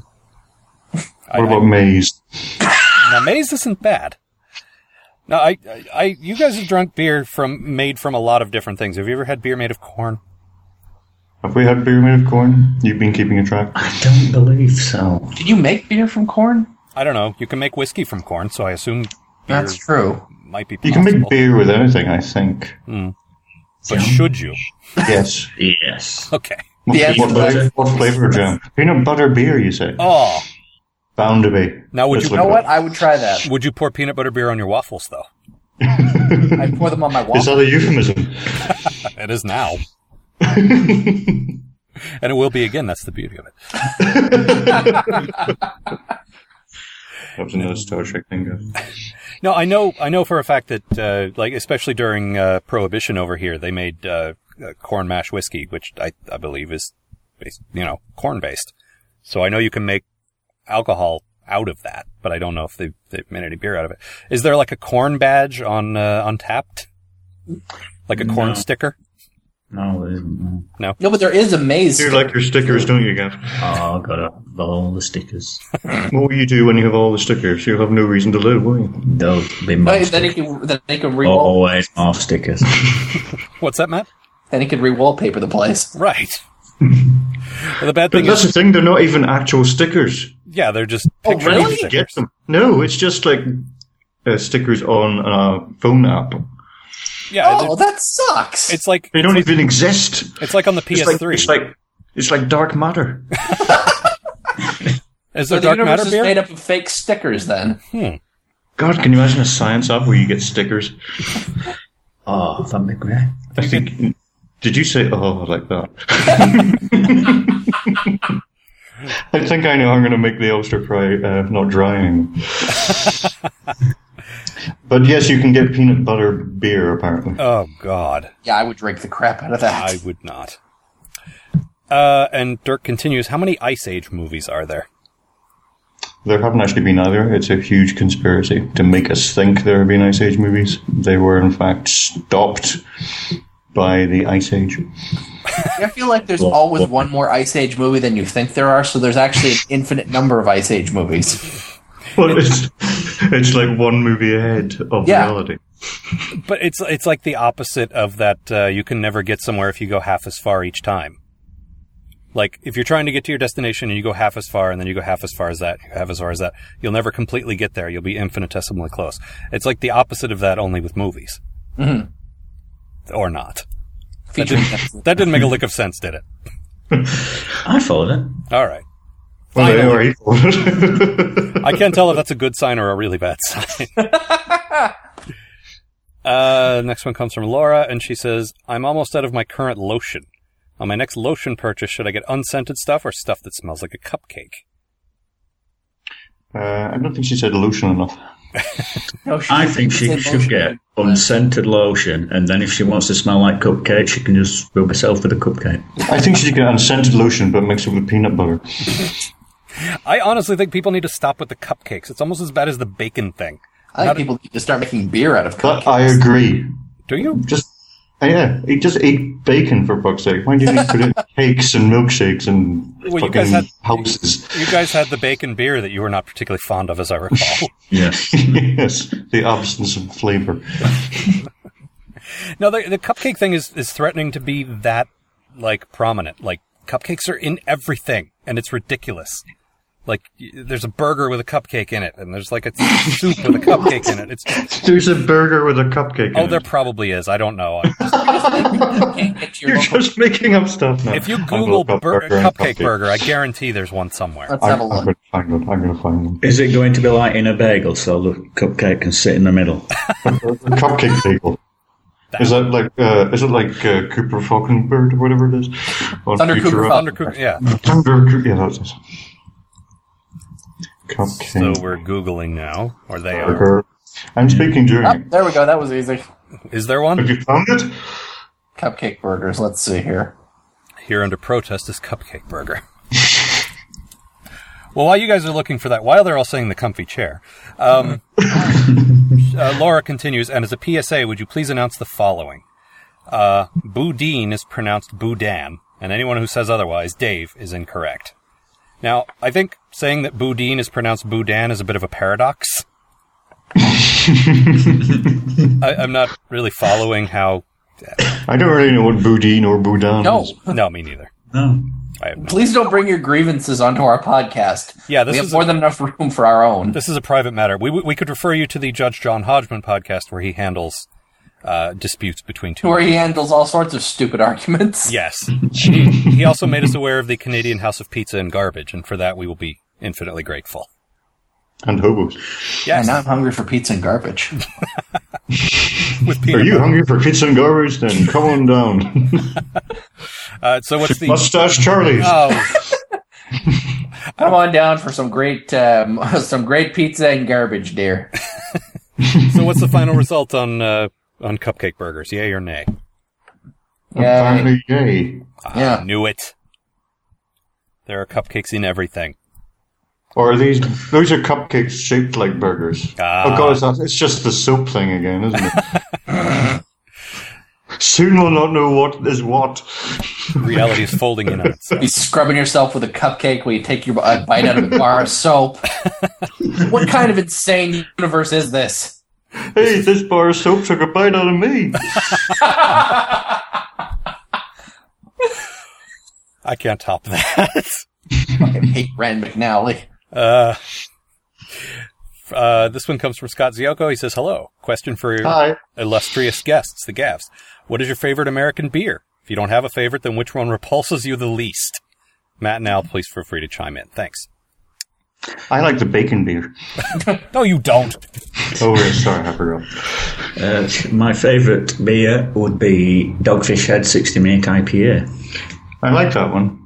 C: I-
N: What about maize?
C: Now maize isn't bad. Now I, I, I you guys have drunk beer from made from a lot of different things. Have you ever had beer made of corn?
N: Have we had beer made of corn? You've been keeping a track. I don't believe so.
Q: Did you make beer from corn?
C: I don't know. You can make whiskey from corn, so I assume beer
N: That's true.
C: Might be.
N: You can make
C: possible.
N: beer with anything, I think.
C: Hmm. but should you?
N: Yes.
P: Yes.
C: Okay.
N: What, what, flavor, what flavor jam? Peanut butter beer, you say?
C: Oh,
N: Bound to be.
C: now would
N: Let's
C: you?
N: look it up.
Q: I would try that.
C: Would you pour peanut butter beer on your waffles though?
Q: I pour them on my
N: Is that
Q: waffle.
N: a euphemism?
C: It is now. and it will be again. That's the beauty of it.
N: That was another Star Trek thing.
C: No, I know, I know for a fact that, uh, like, especially during uh, Prohibition over here, they made uh, uh, corn mash whiskey, which I, I believe is, based, you know, corn based. So I know you can make alcohol out of that, but I don't know if they've, they've made any beer out of it. Is there like a corn badge on uh, Untapped, like a corn
P: No.
C: sticker?
P: No, it isn't.
C: No.
Q: No, but there is a maze.
N: You Mm-hmm. like your stickers, don't you, Gav?
P: Oh, I've got it. all the stickers.
N: What will you do when you have all the stickers? You'll have no reason to live, will you?
P: They'll be
Q: No,
P: my
Q: then he can then he can re
P: Always off stickers.
C: What's that, Matt?
Q: then he can re-wallpaper the place.
C: Right. Well, the
N: But
C: bad thing
N: that's
C: is,
N: the thing, they're not even actual stickers.
C: yeah, they're just.
N: Oh,
C: picture
N: really?
C: stickers.
N: Get them. No, it's just like uh, stickers on a phone app.
C: Yeah.
Q: Oh, that sucks.
C: It's like
N: They don't even exist.
C: it's like on the
N: It's like,
C: PS3.
N: it's like it's like dark matter.
C: is
Q: So the
C: there dark
Q: universe
C: matter
Q: is
C: beer?
Q: made up of fake stickers. Then
C: Hmm.
N: God, can you imagine a science app where you get stickers?
P: Oh, that'd be great.
N: I think. Did you say oh like that? I think I know how I'm going to make the Ulster fry uh, not drying. but yes, you can get peanut butter beer apparently.
C: Oh God.
Q: yeah, I would drink the crap out of that.
C: I would not. Uh, and Dirk continues. How many Ice Age movies are there?
N: There haven't actually been either. It's a huge conspiracy to make us think there have been Ice Age movies. They were in fact stopped by the Ice Age.
Q: I feel like there's always one more Ice Age movie than you think there are, so there's actually an infinite number of Ice Age movies.
N: Well, it's, it's like one movie ahead of
Q: Yeah.
N: reality.
C: But it's it's like the opposite of that. Uh, you can never get somewhere if you go half as far each time. Like if you're trying to get to your destination and you go half as far and then you go half as far as that, you go half as far as that, you'll never completely get there. You'll be infinitesimally close. It's like the opposite of that, only with movies Mm-hmm.
Q: Mhm.
C: or not. That didn't, that didn't make a lick of sense, did it?
P: I followed it.
C: All right.
P: Well, they
C: Finally.
P: are
C: I can't tell if that's a good sign or a really bad sign. uh, next one comes from Laura, and she says, I'm almost out of my current lotion. On my next lotion purchase, should I get unscented stuff or stuff that smells like a cupcake?
N: Uh, I don't think she said lotion enough.
P: I think Oh, she should get unscented lotion, and then if she wants to smell like cupcake, she can just rub herself with a cupcake.
N: I think she should get unscented lotion, but mixed it with peanut butter.
C: I honestly think people need to stop with the cupcakes. It's almost as bad as the bacon thing.
Q: I think people need to start making beer out of
N: But I agree.
C: Do you?
N: Just yeah, he just ate bacon for fuck's sake. Why do you need to put it in cakes and milkshakes and
C: Well, you
N: fucking
C: guys had-
N: houses?
C: You guys had the bacon beer that you were not particularly fond of, as I recall.
N: Yes, yes, the um, absence of flavor.
C: No, the, the cupcake thing is, is threatening to be that like prominent. Like cupcakes are in everything, and it's ridiculous. Like y- there's a burger with a cupcake in it, and there's like a soup with a cupcake in it. It's
N: There's a burger with a cupcake.
C: oh,
N: in
C: there
N: it.
C: probably is. I don't know.
N: You're just making up stuff now.
C: If you
N: I'm gonna
C: Google
N: look up
C: bur-
N: and
C: cupcake burger, I guarantee there's one somewhere.
N: I'm, I'm going to find one. I'm going to find one.
P: Is it going to be like in a bagel, so the cupcake can sit in the middle?
N: cupcake bagel. Is that like uh, is it like uh, Cooper Falconbird or whatever it is? On
Q: Thunder Cooper
N: Futurama?
Q: Falcon.
C: Coo- yeah.
N: Thunder Coo- yeah, that's it. Cupcake
C: So we're googling now, or they are.
N: burger. I'm speaking
Q: Ah,
N: German.
Q: there we go. That was easy.
C: Is there one?
N: Have you found it?
Q: Cupcake burgers. Let's see here.
C: Here under protest is cupcake burger. well, while you guys are looking for that, while they're all saying the comfy chair, um, uh, Laura continues, and as a PSA, would you please announce the following? Uh, Boudin is pronounced Boudin, and anyone who says otherwise, Dave, is incorrect. Now, I think saying that Boudin is pronounced Boudin is a bit of a paradox. I, I'm not really following how.
N: I don't really know what Boudin or Boudin is.
C: No, me neither.
P: No.
C: I have no
Q: Please don't bring your grievances onto our podcast.
C: Yeah, this
Q: we have
C: is
Q: more than enough room for our own.
C: This is a private matter. We, we could refer you to the Judge John Hodgman podcast where he handles uh, disputes between two.
Q: Where he handles all sorts of stupid arguments.
C: Yes. he, he also made us aware of the Canadian House of Pizza and Garbage, and for that we will be infinitely grateful.
N: And hobos.
C: Yes.
Q: And I'm hungry for pizza and garbage.
N: Are you hungry for pizza and garbage? Then come on down.
C: Uh, so what's the
N: Mustache Charlie's.
C: Oh,
Q: Come on down for some great, um, some great pizza and garbage, dear.
C: so what's the final result on uh, on cupcake burgers? Yay or nay?
Q: Yeah,
N: Apparently, yay.
C: I knew it. There are cupcakes in everything.
N: Or are these? Those are cupcakes shaped like burgers.
C: Ah.
N: Of course, that's- it's just the soap thing again, isn't it? Soon we'll not know what is what.
C: Reality is folding in on itself.
Q: you scrubbing yourself with a cupcake while you take your a bite out of a bar of soap. what kind of insane universe is this?
N: Hey, this bar of soap took a bite out of me.
C: I can't top that.
Q: Fucking hate Rand McNally.
C: Uh, uh, this one comes from Scott Zioko. He says, "Hello. Question for your
N: Hi.
C: illustrious guests, the Gaffs. What is your favorite American beer? If you don't have a favorite, then which one repulses you the least?" Matt and Al, please feel free to chime in. Thanks.
N: I like the bacon beer.
C: No, you don't.
N: Oh, yeah, sorry, I forgot.
P: Uh, my favourite beer would be Dogfish Head 60 Minute IPA.
N: I like that one,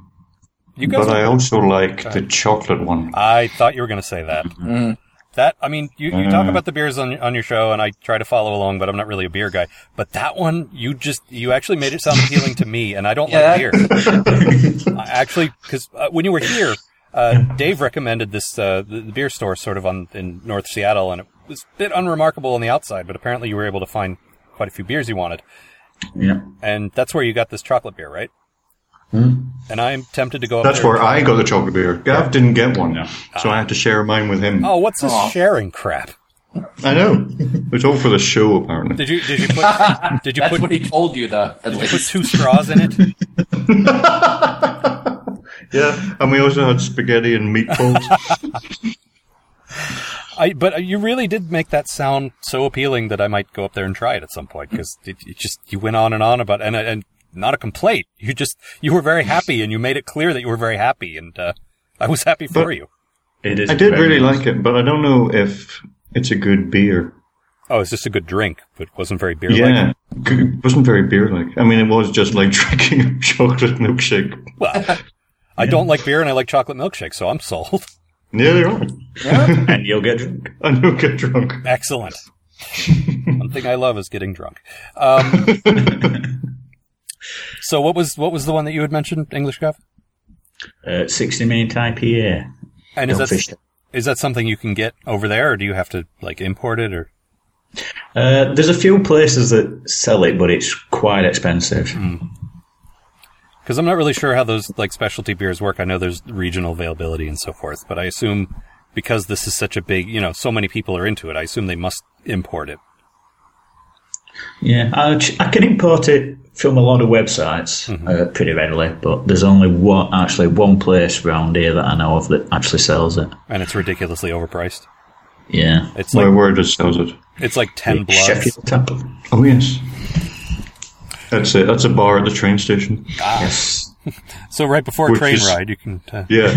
C: You guys.
N: but I also like the chocolate one.
C: I thought you were going to say that.
N: Mm-hmm.
C: That I mean, you, you talk
N: Mm.
C: about the beers on on your show, and I try to follow along, but I'm not really a beer guy. But that one, you just you actually made it sound appealing to me, and I don't like beer. I actually, because uh, when you were here, uh, Dave recommended this uh, the, the beer store sort of on in North Seattle, and it was a bit unremarkable on the outside, but apparently you were able to find quite a few beers you wanted,
P: Yeah.
C: and that's where you got this chocolate beer, right?
N: Hmm.
C: And I'm tempted to go. Up
N: That's
C: there
N: where
C: and try
N: I
C: it.
N: got the chocolate beer. Gav didn't get one, so I had to share mine with him.
C: Oh, what's this sharing crap?
N: I know. It's all for the show, apparently.
C: Did you did you put did you
D: That's
C: put
D: what he told you, though. At
C: did you
D: least.
C: put two straws in it?
N: Yeah, and we also had spaghetti and meatballs.
C: I but you really did make that sound so appealing that I might go up there and try it at some point because it, it just you went on and on about and uh, and not a complaint. You just you were very happy and you made it clear that you were very happy and uh, I was happy for
N: But-
C: you.
N: I did really like it, but I don't know if it's a good beer.
C: Oh, it's just a good drink, but wasn't very beer like.
N: yeah, g- it wasn't very beer like. I mean, it was just like drinking a chocolate milkshake.
C: I don't like beer and I like chocolate milkshake, so I'm sold.
N: Yeah, they are.
P: and you'll get drunk.
N: And you'll get drunk.
C: Excellent. One thing I love is getting drunk. Um, so what was what was the one that you had mentioned, English Gav?
P: Uh, 60 minute IPA.
C: And is
P: Don't
C: that
P: fish it.
C: is that something you can get over there, or do you have to like import it? Or
P: Uh, there's a few places that sell it, but it's quite expensive.
C: Hmm. because I'm not really sure how those like specialty beers work. I know there's regional availability and so forth, but I assume because this is such a big, you know, so many people are into it, I assume they must import it.
P: Yeah, I, ch- I can import it from a lot of websites
C: Mm-hmm.
P: uh, pretty readily, but there's only one, actually one place around here that I know of that actually sells it.
C: And it's ridiculously overpriced.
P: Yeah,
C: It's like-
N: where does sells it?
C: It's like ten
P: Yeah,
C: bloods.
P: Sheffield Temple.
N: Oh yes, that's it. That's a bar at the train station.
P: Yes.
C: So right before a
N: Which
C: train
N: is-
C: ride, you can. Uh,
N: Yeah,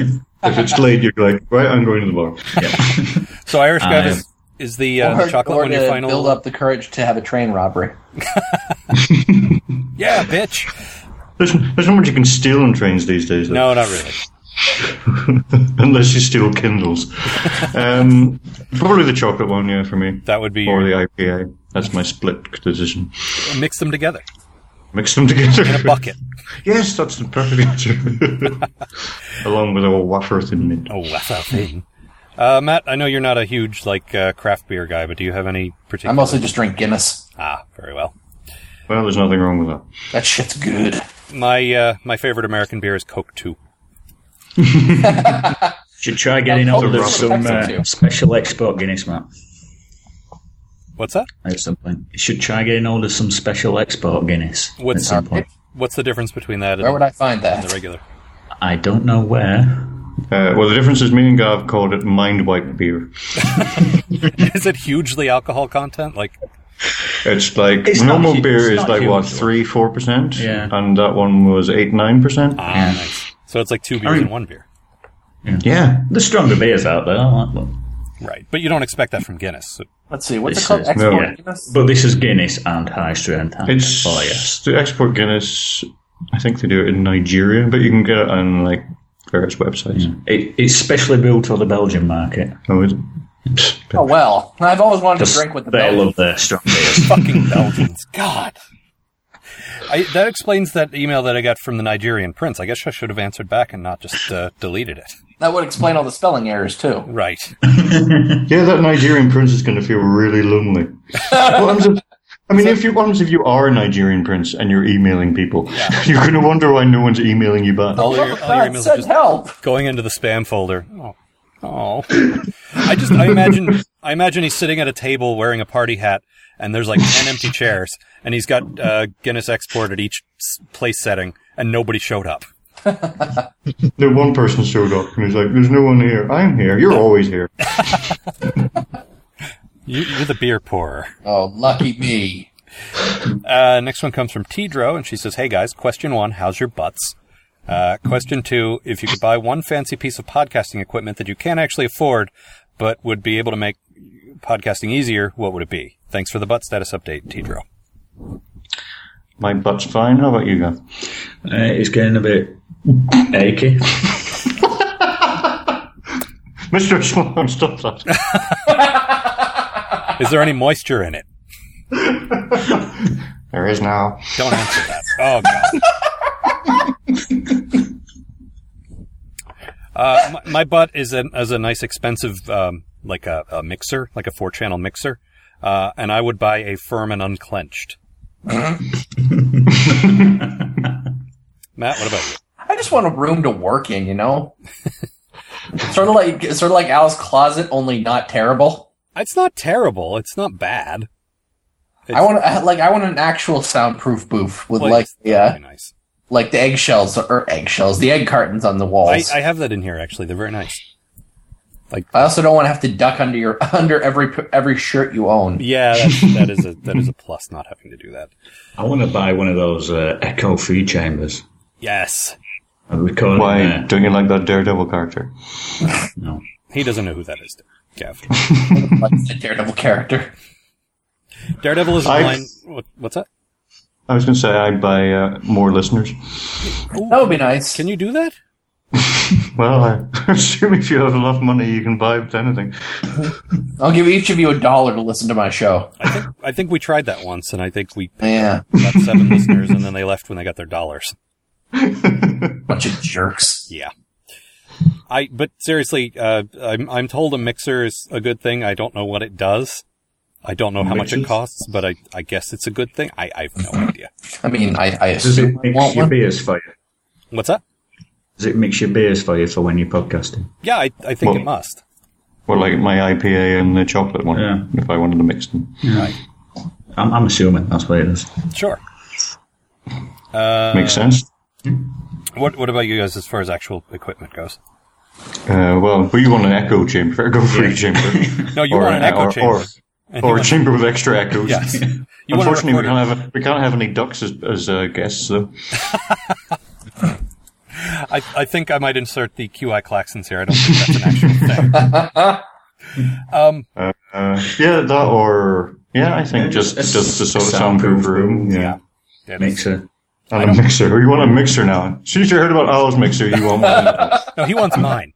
N: if it's late, you're like, right, I'm going to the bar.
C: So Irish Gav
Q: Uh,
N: I-
C: is, is the, uh, the chocolate
D: or
C: one your
D: to
C: final?
D: Build up the courage to have a train robbery.
C: Yeah, bitch.
N: There's, there's not much you can steal on trains these days. Though.
C: No, not really.
N: Unless you steal Kindles. um, probably the chocolate one, yeah, for me.
C: That would be.
N: Or the IPA. That's my split decision.
C: Mix them together
N: Mix them together.
C: in a bucket.
N: yes, that's the perfect answer. Along with a Wafferth in mint.
C: A Wafferth thing. Uh, Matt, I know you're not a huge like uh, craft beer guy, but do you have any particular?
D: I mostly just drink Guinness.
C: Ah, very well.
N: Well, there's nothing wrong with that.
D: That shit's good.
C: My uh, my favorite American beer is Coke Two.
P: Should try getting
C: Now,
P: hold of
C: Robert
P: some
C: Texas too.
P: uh, special export Guinness, Matt.
C: What's that?
P: At some point, you should try getting hold of some special export Guinness. at
C: What's
P: some point,
C: what's the difference between that?
D: Where would I find
C: and
D: that?
C: The regular.
P: I don't know where.
N: Uh, well, the difference is me and Gav called it mind wipe beer.
C: is it hugely alcohol content? Like
N: It's like
C: It's not
N: normal
C: hu-
N: beer
C: it's
N: is
C: not
N: like what
C: huge.
N: three, four percent,
C: Yeah.
N: and that one was eight, nine percent.
C: ah, nice. So it's like two beers in one beer,
N: Yeah,
P: there's stronger beers out there. I like them.
C: right? But you don't expect that from Guinness. So.
D: Let's see. What's
P: This
D: it called?
P: is-
D: Export
P: yeah. But this is Guinness and high strength. and
N: It's
P: for you.
N: the export Guinness. I think they do it in Nigeria, but you can get it on like various websites.
P: It, it's specially built for the Belgian market.
N: Oh, is it?
D: Oh well, I've always wanted to
P: Just-
D: drink with the
P: they
D: Belgians.
P: love their strong beers.
C: fucking Belgians. God. I, that explains that email that I got from the Nigerian prince. I guess I should have answered back and not just uh, deleted it.
D: That would explain all the spelling errors too.
C: Right.
N: Yeah, that Nigerian prince is going to feel really lonely. What happens if- I mean, if you what happens if you are a Nigerian prince and you're emailing people, you're going to wonder why no one's emailing you back.
C: All your, all your emails are just going into the spam folder. Oh. Oh. I just I imagine I imagine he's sitting at a table wearing a party hat and there's like 10 empty chairs and he's got uh, Guinness export at each s- place setting and nobody showed up.
N: No one person showed up and he's like, "There's no one here. I'm here. You're always here."
C: You, you're the beer pourer.
D: Oh, lucky me.
C: Uh, next one comes from Tidro, and she says, Hey guys, question one, how's your butts? Uh, question two, if you could buy one fancy piece of podcasting equipment that you can't actually afford, but would be able to make podcasting easier, what would it be? Thanks for the butt status update, Tidro.
N: My butt's fine. How about you guys?
P: Uh, it's getting a bit achy.
N: Mr. Swan, stop that.
C: Is there any moisture in it?
N: There is now.
C: Don't answer that. Oh, God. Uh, my, my butt is, an, is a nice expensive, um, like a, a mixer, like a four channel mixer. Uh, and I would buy a firm and unclenched. Matt, what about you?
Q: just want a room to work in, you know? sort of like sort of like Al's closet, only not terrible.
C: It's not terrible. It's not bad.
Q: I want I- like I want an actual soundproof booth with like yeah, like the eggshells or eggshells, the egg cartons on the
C: I,
Q: walls. I,
C: I have that in here actually. They're very nice.
Q: also don't want to have to duck under your under every every shirt you own.
C: Yeah, that's, that is a that is a plus not having to do that.
P: I want to buy one of those uh, Echo Free Chambers.
C: Yes,
P: I would call it,
N: Why
P: uh,
N: don't you like that Daredevil character?
C: he doesn't know who that is. Gav,
Q: What's the Daredevil character?
C: Daredevil is
N: I-
C: blind. What, what's that?
N: I was going to say I'd buy uh, more listeners.
Q: that would be nice.
C: Can you do that?
N: Well, I assume if you have enough money, you can buy anything.
Q: I'll give each of you a dollar to listen to my show.
C: I think I think we tried that once, and I think we
Q: Yeah.
C: got seven listeners, and then they left when they got their dollars.
Q: Bunch of jerks.
C: Yeah. I but seriously, uh, I'm I'm told a mixer is a good thing. I don't know what it does. I don't know how much it
P: Mixes?
C: costs, but I, I guess it's a good thing. I, I have no idea.
Q: I mean, I, I
P: Does
Q: assume
P: it
Q: I
P: mix
Q: want
P: your
Q: one.
P: beers for you?
C: What's that?
P: Does it mix your beers for you for when you're podcasting?
C: Yeah, I, I think it
N: Well-
C: must.
N: Well, like my IPA and the chocolate one,
P: Yeah.
N: if I wanted to mix them.
P: Right. I'm, I'm assuming that's what it is.
C: Sure. Uh,
N: Makes sense.
C: What What about you guys as far as actual equipment goes?
N: Uh, well, we want an echo chamber, echo free chamber.
C: No, you want an echo
N: or-
C: chamber.
N: Or, or a chamber with extra echoes.
C: Yes. You want a
N: Unfortunately, we
C: recorder.
N: can't, have, we can't have any ducks as, as uh, guests, though.
C: I, I think I might insert the QI claxons here. I don't think that's an actual thing. um,
N: Uh, uh, yeah, that or. Yeah, I think
P: Yeah,
N: just,
P: it's-
N: just the sort of
P: it's
N: soundproof
P: soundproof
N: room. Yeah.
P: Mixer.
N: And a mixer. You want a mixer now. Since you heard about Al's mixer, you want one.
C: no, he wants mine.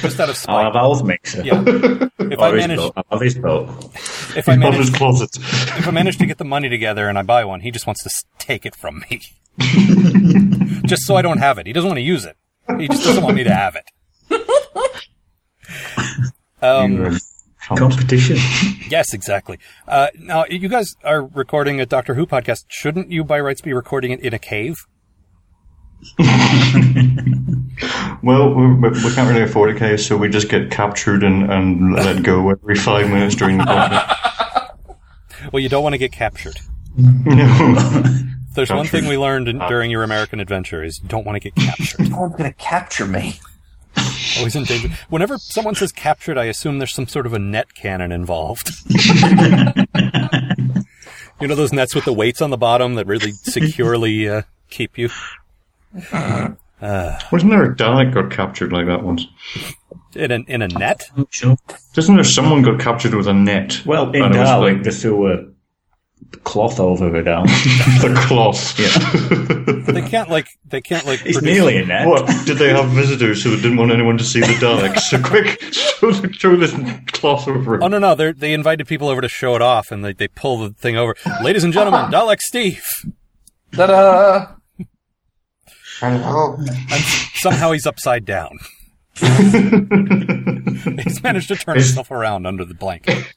C: Just out of spite.
P: I'll have Al's mixer.
C: Yeah. If I
P: Or his
C: manage-
P: boat. I'll have his boat.
C: If I manage,
N: closet.
C: if I manage to get the money together and I buy one, he just wants to s- take it from me. just so I don't have it. He doesn't want to use it. He just doesn't want me to have it. Um,
P: Competition.
C: yes, exactly. Uh, now, you guys are recording a Doctor Who podcast. Shouldn't you, by rights, be recording it in a cave?
N: Well, we, we we can't really afford a case, so we just get captured and, and let go every five minutes during the podcast.
C: Well, you don't want to get captured. There's one thing we learned
P: Uh,
C: in, during your American adventure is you don't want to get captured.
Q: No one's going to capture me.
C: Always in danger. Whenever someone says captured, I assume there's some sort of a net cannon involved. you know those nets with the weights on the bottom that really securely uh, keep you.
P: Uh-huh.
C: Uh,
N: Wasn't there a Dalek got captured like that once?
C: in a, in a net.
N: Doesn't there someone got captured with a net?
P: Well, in
N: And it was
P: Darwin,
N: like-
P: they threw a cloth over her down.
N: the cloth.
C: They can't like they can't like.
P: It's
C: produce-
P: nearly a net.
N: What? Did they have visitors who didn't want anyone to see the Daleks? So quick, throw, the, throw this cloth over
C: Oh
N: it.
C: no no! They they invited people over to show it off, and they, they pull the thing over. Ladies and gentlemen, Dalek Steve.
Q: Ta-da!
N: Hello.
C: Somehow he's upside down. he's managed to turn himself around under the blanket.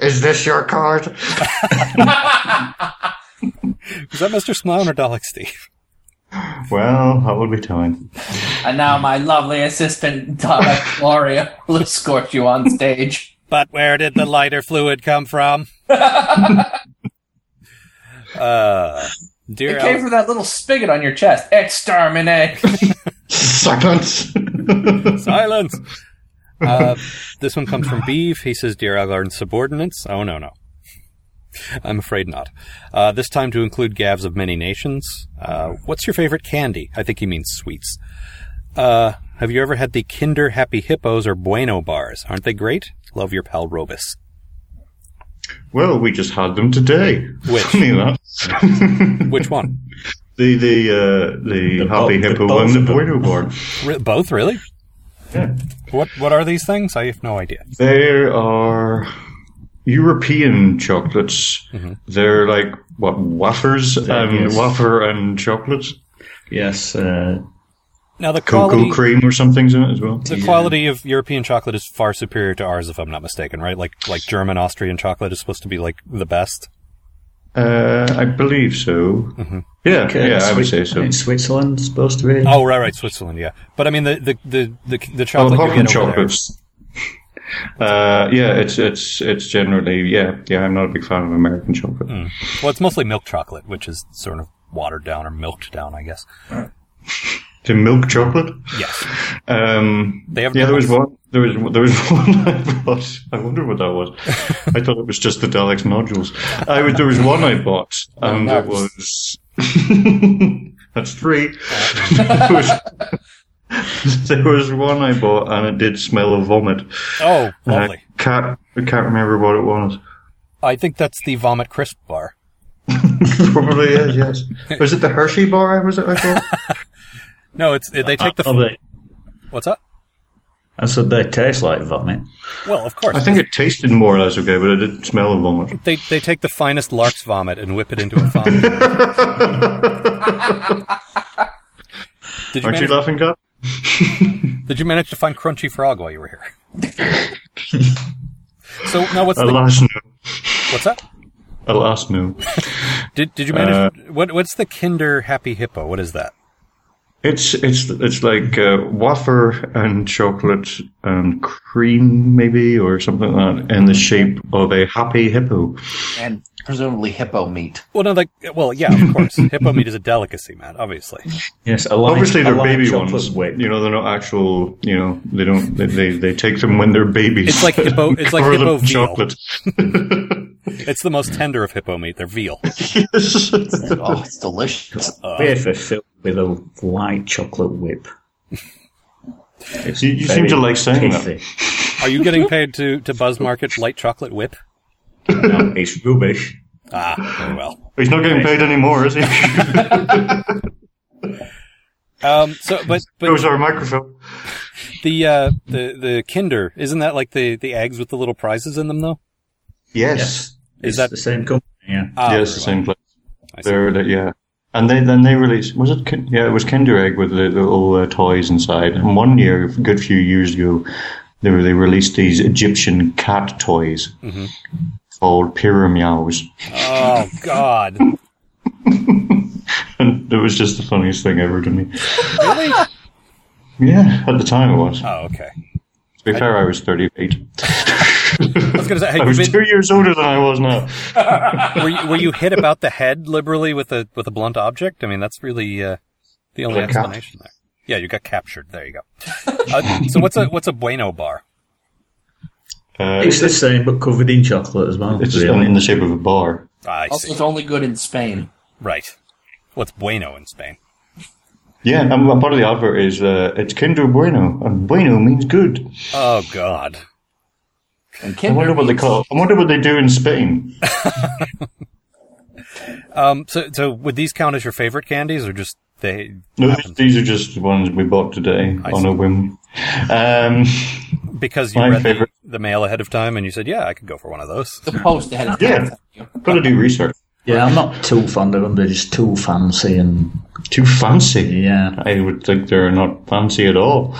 N: Is this your card?
C: Is that Mr. Smown or Dalek Steve?
N: Well, that would be telling.
Q: And now my lovely assistant, Donna Gloria, will escort you on stage.
C: But where did the lighter fluid come from? Uh, dear
Q: It came
C: Al-
Q: from that little spigot on your chest. Exterminate!
N: Silence.
C: silence. Uh, this one comes from Beef. He says, "Dear Algar and subordinates." Oh no no. I'm afraid not. Uh, this time to include Gavs of many nations. Uh, what's your favorite candy? I think he means sweets. Uh, have you ever had the Kinder Happy Hippos or Bueno bars? Aren't they great? Love your pal Robus.
N: Well, we just had them today.
C: Which?
N: Funny that.
C: Which one?
N: The the uh, the, happy
P: both- the
N: hippo
P: both
N: and the
P: of them.
N: bueno bar.
C: Re- both really? What What are these things? I have no idea.
N: There are European chocolates.
C: Mm-hmm.
N: They're like what wafers and
P: yes.
N: wafer and chocolates.
P: Yes. Uh,
C: Now the
N: Cocoa
C: quality
N: cream or something's in it as well.
C: the quality of European chocolate is far superior to ours, if I'm not mistaken, right? Like like German Austrian chocolate is supposed to be like the best.
N: Uh, I believe so.
C: Mm-hmm.
N: Yeah,
P: Okay,
N: yeah, I would
P: Swi-
N: say so.
P: In Switzerland, supposed to be.
C: Oh, right, right, Switzerland, yeah. But I mean, the the the the, the
N: Oh,
C: chocolate
N: apart
C: you
N: from
C: get over there.
N: chocolates. Uh, yeah, it's it's it's generally yeah yeah. I'm not a big fan of American chocolate.
C: Well, it's mostly milk chocolate, which is sort of watered down or milked down, I guess. Oh,
N: To milk chocolate?
C: Yes.
N: Um,
C: They have
N: yeah, there was
C: different-
N: one. There was there was one I bought. I wonder what that was. I thought it was just the Daleks nodules. I was, there was one I bought, and um, it was that's three. there, was, there was one I bought, and it did smell of vomit.
C: Oh,
N: And I
C: lovely.
N: can't I can't remember what it was.
C: I think that's the vomit crisp bar.
N: Probably is yes. Was it the Hershey bar? Was it I bought?
C: No, it's they take the.
P: Oh, they-
C: What's up?
P: I said they taste like vomit.
C: Well, of course.
N: I think it tasted more or less okay, but it did smell of vomit.
C: They they take the finest lark's vomit and whip it into a vomit. Did you
N: Aren't you
C: manage-
N: laughing, Cap?
C: Did you manage to find Crunchy Frog while you were here? so now what's
N: Alas,
C: the
N: no.
C: what's up?
N: Alas, no.
C: Did did you manage?
N: Uh,
C: what what's the Kinder Happy Hippo? What is that?
N: It's it's it's like uh, wafer and chocolate and cream maybe or something like that in the shape of a happy hippo.
D: And presumably hippo meat.
C: Well, no, like well, yeah, of course, hippo meat is a delicacy, man. Obviously.
P: Yes,
N: Obviously, they're baby ones. You know, they're not actual. You know, they don't. They they, they take them when they're babies.
C: It's like hippo. It's like
N: Cover them
C: hippo
N: in
C: veal.
N: chocolate.
C: it's the most tender of hippo meat. They're veal.
P: Oh,
D: it's delicious.
N: Um,
P: Wafer filled with a light chocolate whip. It's
N: You- you seem to
P: very
N: like saying that.
C: Are you getting paid to to Buzz Market light chocolate whip?
P: No, it's rubbish.
C: Ah, very well.
N: He's not getting paid anymore, is he?
C: Um. So, but but
N: Goes our Oh, microphone.
C: The uh the the Kinder isn't that like the the eggs with the little prizes in them though?
N: Yes.
C: Is that
P: the same company? Yeah.
C: Ah,
N: yeah, it's the
C: right.
N: same place. They're, they- yeah. And they, then they released, was it, Kin- yeah, it was Kinder Egg with the, the little uh, toys inside. And one year, a good few years ago, they, were- they released these Egyptian cat toys called Pyramiaus.
C: Oh God!
N: And it was just the funniest thing ever to me.
C: really?
N: Yeah, at the time it was.
C: Oh, okay.
N: To be fair, I was 38.
C: I was gonna say,
N: I
C: had you
N: was
C: been,
N: two years older than I was now.
C: were, you, were you hit about the head liberally with a with a blunt object? I mean, that's really uh, the only
N: Got capped.
C: explanation there. Yeah, you got captured. There you go. Uh, so what's a what's a bueno bar?
N: Uh,
P: It's the same, but covered in chocolate as well.
N: It's
P: really.
N: in the shape of a bar.
C: Ah, I
D: also,
C: see.
D: it's only good in Spain.
C: Right. What's bueno in Spain?
N: Yeah, and part of the advert is uh, it's Kinder Bueno, and Bueno means good.
C: Oh God!
D: And
N: I wonder what they call. I wonder what they do in Spain.
C: Um. So so would these count as your favorite candies or just they?
N: No, these, these are just the ones we bought today on a whim. Um,
C: Because you
N: My
C: read the,
N: favorite-
C: the mail ahead of time and you said, "Yeah, I could go for one of those."
D: The post ahead of
N: yeah, gotta do research.
P: Yeah, I'm not too fond of them. They're just too fancy and
N: Too fancy.
P: yeah.
N: I would think they're not fancy at all.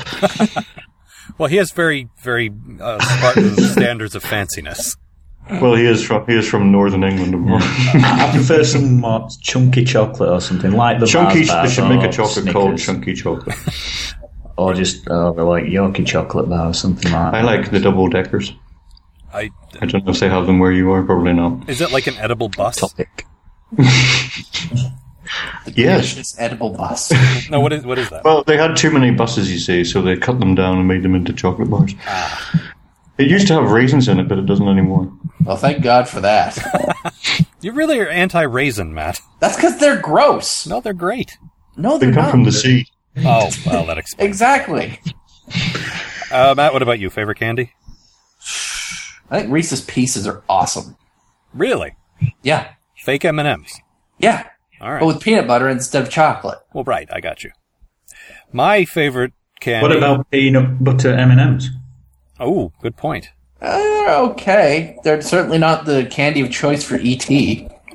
C: Well, he has very, very uh, Spartan standards of fanciness.
N: Well, he is from he is from Northern England. Of course.
P: I prefer some more chunky chocolate or something like the
N: Chunky.
P: Mars
N: They
P: bars
N: should make a
P: or
N: chocolate
P: Snickers,
N: called Chunky Chocolate.
P: or just uh, like Yorkie chocolate bar or something like.
N: I
P: that.
N: like the double deckers.
C: I
N: I don't know if they have them where you are. Probably not.
C: is it like an edible bus?
N: Yes.
D: It's edible bus.
C: No, what is what is that?
N: Well, they had too many buses, you see, so they cut them down and made them into chocolate bars.
C: Ah.
N: It used to have raisins in it, but it doesn't anymore.
D: Well, thank God for that.
C: You really are anti-raisin, Matt.
D: That's because they're gross.
C: No, they're great.
D: No,
N: They
D: they're
N: come
D: not.
N: from the sea.
C: Oh, well, that explains.
D: Exactly.
C: Uh, Matt, what about you? Favorite candy?
D: I think Reese's Pieces are awesome.
C: Really?
D: Yeah.
C: Fake M and M's.
D: Yeah.
C: All right.
D: But with peanut butter instead of chocolate.
C: Well, right. I got you. My favorite candy.
P: What about peanut butter M and M's?
C: Oh, good point.
D: Uh, they're okay. They're certainly not the candy of choice for ET,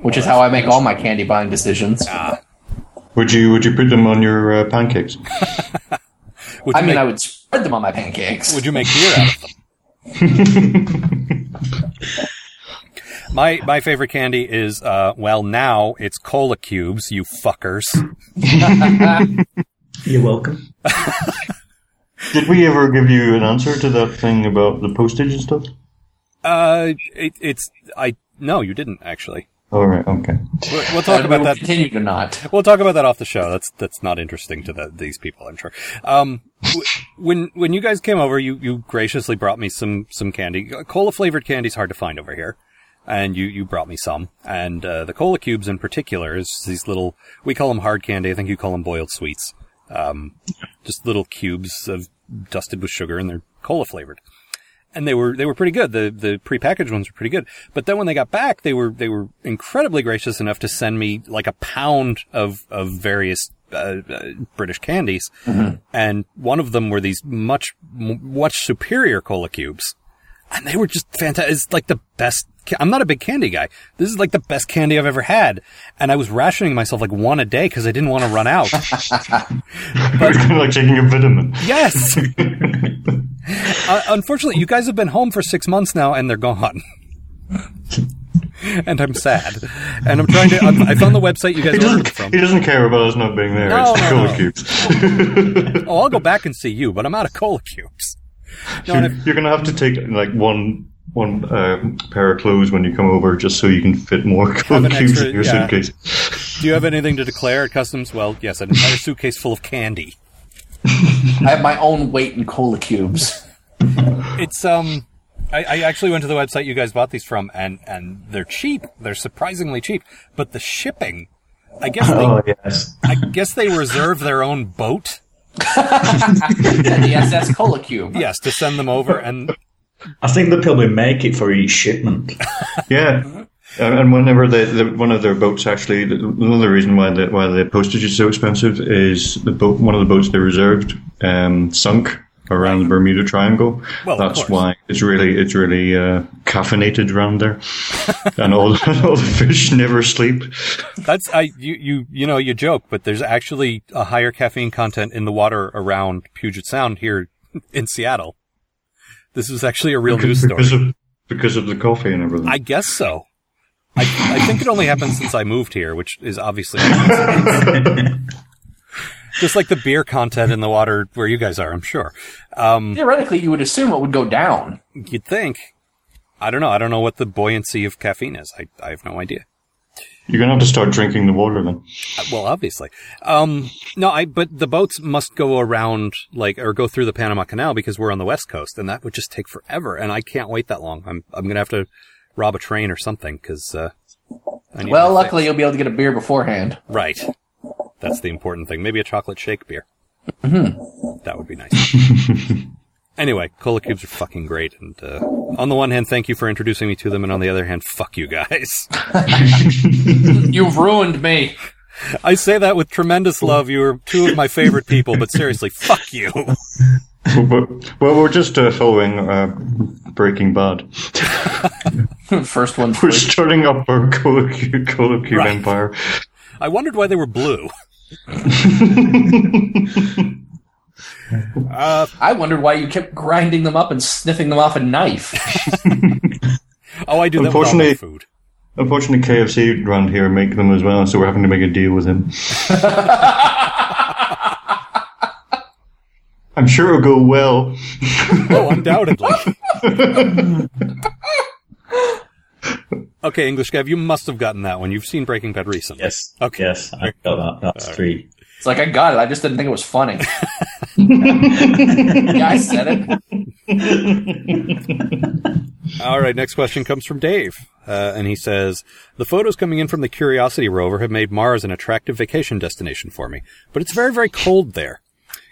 D: which is how I make all my candy buying decisions.
C: Ah.
N: Would you would you put them on your uh, pancakes?
C: Would
D: I mean,
C: you make-
D: I would spread them on my pancakes.
C: Would you make beer out of them? My my favorite candy is uh, well now it's cola cubes. You fuckers.
P: You're welcome.
N: Did we ever give you an answer to that thing about the postage and stuff?
C: Uh, it, it's I no, you didn't actually.
N: All right, okay.
C: We'll, we'll talk
Q: Uh,
C: about
Q: we'll
C: that.
Q: continue to not.
C: We'll talk about that off the show. That's that's not interesting to the, these people, I'm sure. Um, w- when when you guys came over, you you graciously brought me some some candy. Cola flavored candy's hard to find over here, and you you brought me some. And uh, the cola cubes in particular is these little we call them hard candy. I think you call them boiled sweets. Um, just little cubes of dusted with sugar, and they're cola flavored and they were they were pretty good. The the prepackaged ones were pretty good. But then when they got back, they were they were incredibly gracious enough to send me like a pound of of various uh, uh, British candies,
N: Mm-hmm.
C: and one of them were these much m- much superior cola cubes, and they were just fantastic. It's like the best. ca- I'm not a big candy guy. This is like the best candy I've ever had, and I was rationing myself like one a day because I didn't want to run out.
N: It's kind of like taking a vitamin.
C: Yes. uh, unfortunately, you guys have been home for six months now, and they're gone. and I'm sad. And I'm trying to. I'm, I found the website you guys
N: He
C: ordered
N: doesn't,
C: from.
N: he doesn't care about us not being there.
C: No,
N: it's the
C: no,
N: cola
C: no.
N: cubes.
C: Oh, I'll go back and see you, but I'm out of cola cubes. No, and
N: you're, you're gonna have to take like one one uh, pair of clothes when you come over, just so you can fit more cola
C: an
N: cubes
C: extra-
N: in your
C: yeah.
N: suitcase.
C: Do you have anything to declare at customs? Well, yes, an entire suitcase full of candy.
Q: I have my own weight in cola cubes.
C: It's um, I, I actually went to the website you guys bought these from, and and they're cheap. They're surprisingly cheap, but the shipping, I guess. They,
P: Oh, yes.
C: I guess they reserve their own boat.
Q: the SS Cola Cube.
C: Yes, to send them over, and
P: I think they probably make it for each shipment.
N: Yeah. And and whenever they, the, one of their boats actually, another reason why the, why the postage is so expensive is the boat, one of the boats they reserved um, sunk around the Bermuda Triangle.
C: Well, of
N: That's
C: course.
N: why it's really it's really uh, caffeinated around there, and all, all the fish never sleep.
C: That's I you you you know you joke, but there's actually a higher caffeine content in the water around Puget Sound here in Seattle. This is actually a real news
N: because,
C: story.
N: because of because of the coffee and everything.
C: I guess so. I I think it only happened since I moved here, which is obviously a coincidence. just like the beer content in the water where you guys are. I'm sure. Um,
Q: Theoretically, you would assume it would go down.
C: You'd think. I don't know. I don't know what the buoyancy of caffeine is. I I have no idea.
N: You're gonna have to start drinking the water then.
C: Uh, Well, obviously. Um, no, I, but the boats must go around, like, or go through the Panama Canal because we're on the West Coast and that would just take forever. And I can't wait that long. I'm, I'm going to have to rob a train or something because, uh, I need
Q: Well,
C: my
Q: luckily,
C: fix.
Q: you'll be able to get a beer beforehand.
C: Right. That's the important thing. Maybe a chocolate shake beer.
Q: Mm-hmm.
C: That would be nice. Anyway, cola cubes are fucking great. And, uh, on the one hand, thank you for introducing me to them. And on the other hand, fuck you guys.
Q: You've ruined me.
C: I say that with tremendous love. You are two of my favorite people, but seriously, fuck you.
N: well, well, we're just uh, following uh, Breaking Bad.
Q: First one.
N: We're starting up our Cola Cube, Cola Cube
C: Right.
N: empire.
C: I wondered why they were blue. Uh,
Q: I wondered why you kept grinding them up and sniffing them off a knife.
C: Oh, I do that with all my
N: Unfortunately-
C: food.
N: Unfortunately, KFC around here make them as well, so we're having to make a deal with him. I'm sure it'll go well.
C: Oh, undoubtedly. okay, English Gav, you must have gotten that one. You've seen Breaking Bad recently.
P: Yes.
C: Okay.
P: Yes, I got that. That's three.
Q: It's like I got it. I just didn't think it was funny. yeah, I said it.
C: All right, next question comes from Dave. Uh, and he says, The photos coming in from the Curiosity rover have made Mars an attractive vacation destination for me, but it's very, very cold there.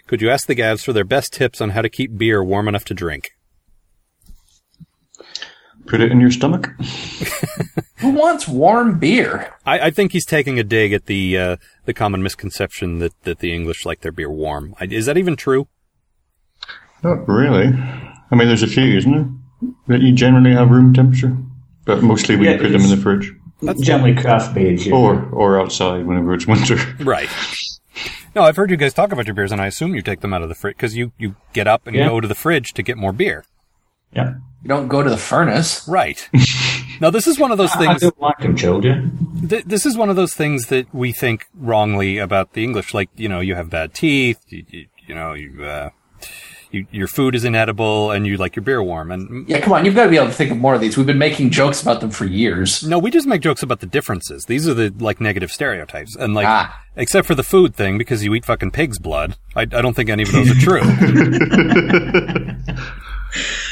C: Could you ask the Gavs for their best tips on how to keep beer warm enough to drink?
N: Put it in your stomach.
Q: Who wants warm beer?
C: I, I think he's taking a dig at the uh, the common misconception that, that the English like their beer warm. I, is that even true?
N: Not really. I mean, there's a few, isn't there? That you generally have room temperature, but mostly when
P: Yeah,
N: you put them in
P: it's-
N: the fridge,
P: Generally, craft beers. yeah.
N: or or outside whenever it's winter.
C: Right. No, I've heard you guys talk about your beers, and I assume you take them out of the fridge because you, you get up and
P: Yeah.
C: go to the fridge to get more beer.
P: Yeah.
Q: You don't go to the furnace.
C: Right. Now, this is one of those
P: I- I
C: things.
P: don't like 'em, children.
C: Th- this is one of those things that we think wrongly about the English. Like, you know, you have bad teeth. You, you, you know, you, uh, you your food is inedible, and you like your beer warm. And
D: Yeah, come on, you've got to be able to think of more of these. We've been making jokes about them for years.
C: No, we just make jokes about the differences. These are the like negative stereotypes, and like
D: Ah.
C: except for the food thing because you eat fucking pig's blood. I, I don't think any of those are true.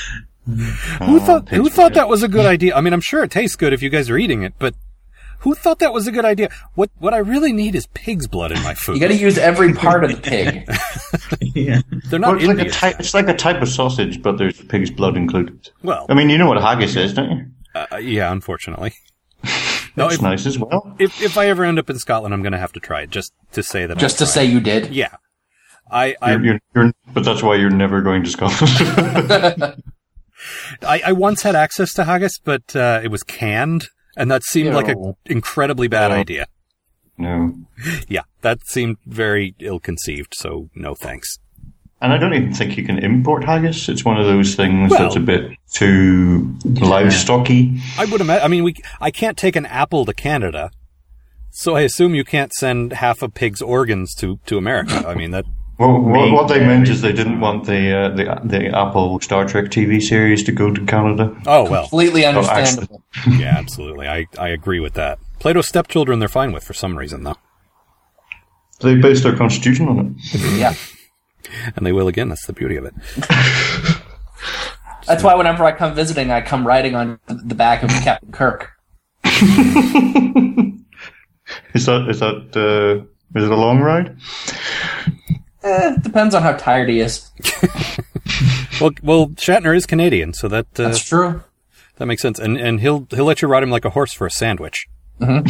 C: who thought who thought that was a good idea? I mean, I'm sure it tastes good if you guys are eating it, but who thought that was a good idea? What what I really need is pig's blood in my food.
D: You got to use every part of the pig.
P: yeah.
C: They're
N: Well,
C: not
N: it's, like a
C: Indian.
N: ty- it's like a type of sausage, but there's pig's blood included.
C: Well-
N: I mean, you know what haggis is, don't you?
C: Uh, yeah, unfortunately. No,
N: That's
C: if-
N: nice as well.
C: If if I ever end up in Scotland, I'm going to have to try it just to say that. I
D: Just to
C: tried.
D: say you did?
C: Yeah. I I,
N: You're- you're- you're- but that's why you're never going to Scotland.
C: I I once had access to haggis, but uh, it was canned, and that seemed like an
N: Ew.
C: incredibly bad idea.
N: no.
C: Yeah, that seemed very ill conceived. So no thanks.
N: And I don't even think you can import haggis. It's one of those things
C: Well-
N: that's a bit too livestocky.
C: I would imagine. I mean, we I can't take an apple to Canada, so I assume you can't send half a pig's organs to to America. I mean that.
N: Well, what, what they meant is they didn't want the, uh, the the Apple Star Trek TV series to go to Canada.
C: Oh well,
N: Completely Well, actually- understandable.
C: yeah, absolutely. I I agree with that. Plato's stepchildren, they're fine with for some reason though,
N: They based their constitution on it.
D: Yeah.
C: and they will again. That's the beauty of it.
D: That's why whenever I come visiting, I come riding on the back of Captain Kirk.
N: Is that is that uh, is it a long ride?
D: Eh, depends on how tired he is.
C: Well, well, Shatner is Canadian, so that uh,
D: That's true.
C: That makes sense, and and he'll he'll let you ride him like a horse for a sandwich.
D: I Uh,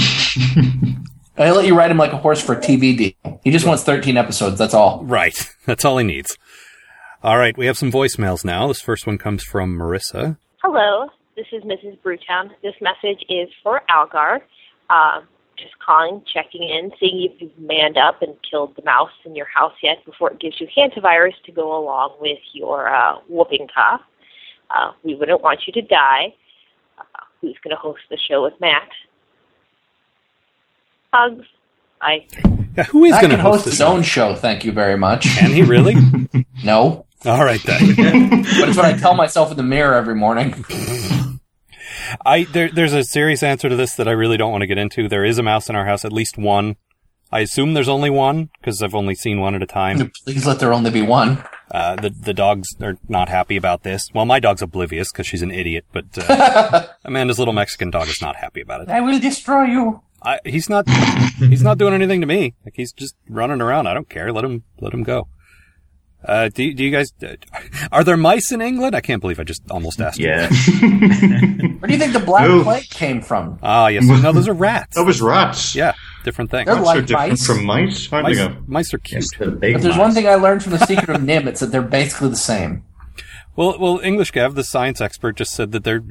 D: let you ride him like a horse for a TV deal. He just wants 13 episodes, that's all.
C: Right. That's all he needs. All right, we have some voicemails now. This first one comes from Marissa.
W: Hello, this is Mrs. Brewtown. This message is for Algar. Uh, just calling, checking in, seeing if you've manned up and killed the mouse in your house yet before it gives you hantavirus to go along with your uh, whooping cough. Uh, we wouldn't want you to die. Uh, who's going to host the show with Matt? Hugs. Bye.
C: Yeah, who is
D: Matt
C: going to
D: can host
C: host
D: his
C: this?
D: own show? Thank you very much.
C: Can he really?
D: no.
C: All right then.
D: but it's what I tell myself in the mirror every morning.
C: I there, there's a serious answer to this that I really don't want to get into. There is a mouse in our house, at least one. I assume there's only one because I've only seen one at a time.
D: Please let there only be one.
C: Uh, the the dogs are not happy about this. Well, my dog's oblivious because she's an idiot, but uh, Amanda's little Mexican dog is not happy about it.
D: I will destroy you.
C: I, he's not he's not doing anything to me. Like he's just running around. I don't care. Let him let him go. Uh, do do you guys are there mice in England? I can't believe I just almost asked. Yeah.
D: Where do you think the black
C: No.
D: plague came from?
C: Ah, yes. No, those are rats.
N: That was rats.
C: Yeah, different thing.
D: They're Rats are like different mice. from mice, aren't they?
C: mice, mice are cute.
D: If there's one thing I learned from The Secret of Nim, it's that they're basically the same.
C: Well, well, English Gav, the science expert, just said that they're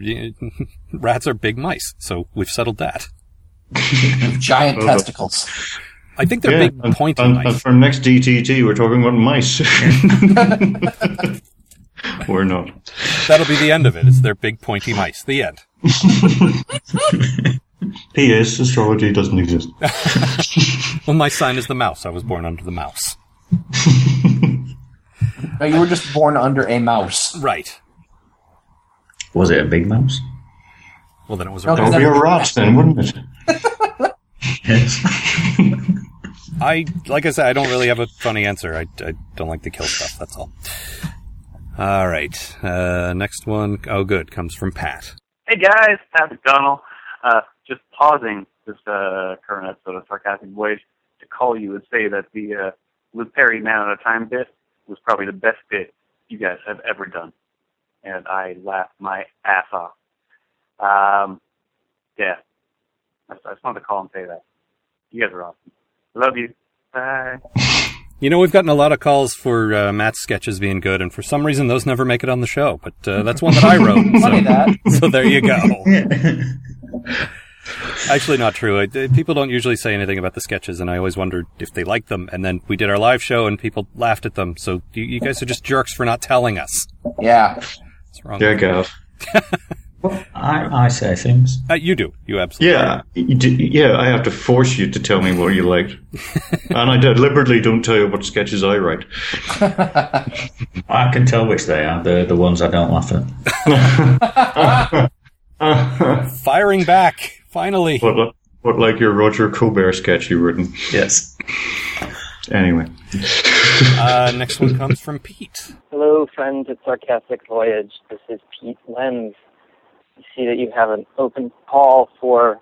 C: rats are big mice, so we've settled that.
D: Giant
N: Well, the-
D: testicles.
C: I think they're
N: Yeah,
C: big
N: and-
C: pointy
N: and-
C: mice.
N: and for next DTT, we're talking about mice. we're not.
C: That'll be the end of it. It's their big pointy mice. The end.
N: P.S. Astrology doesn't exist.
C: Well, my sign is the mouse. I was born under the mouse.
D: No, you were just born under a mouse.
C: Right.
P: Was it a big mouse?
C: Well, then it was a
D: No, 'cause
N: That would be a rat then, wouldn't it?
C: I like I said, I don't really have a funny answer. I, I don't like to kill stuff. That's all. All right. Uh, next one. Oh, good. Comes from Pat.
X: Hey guys, Pat McDonald. Uh, just pausing this uh, current episode of Sarcastic Voyage to call you and say that the uh, Luke Perry Man at a Time bit was probably the best bit you guys have ever done, and I laughed my ass off. Um, yeah, I, I just wanted to call and say that you guys are awesome. Love you. Bye.
C: You know, we've gotten a lot of calls for uh, Matt's sketches being good, and for some reason, those never make it on the show. But uh, that's one that I wrote.
D: Funny
C: so,
D: that.
C: So there you go. Actually, not true. I, uh, people don't usually say anything about the sketches, and I always wondered if they liked them. And then we did our live show, and people laughed at them. So you, you guys are just jerks for not telling us.
D: Yeah.
C: What's wrong?
N: There you go.
P: I, I say things.
C: Uh, you do. You absolutely.
N: Yeah, you d- yeah. I have to force you to tell me what you like, and I deliberately don't tell you what sketches I write.
P: I can tell which they are. They're the ones I don't laugh at.
C: Firing back, finally.
N: What, li- what like your Roger Colbert sketch you written?
P: Yes.
N: Anyway.
C: Uh, next one comes from Pete.
Y: Hello, friends at Sarcastic Voyage. This is Pete Lenz. I see that you have an open call for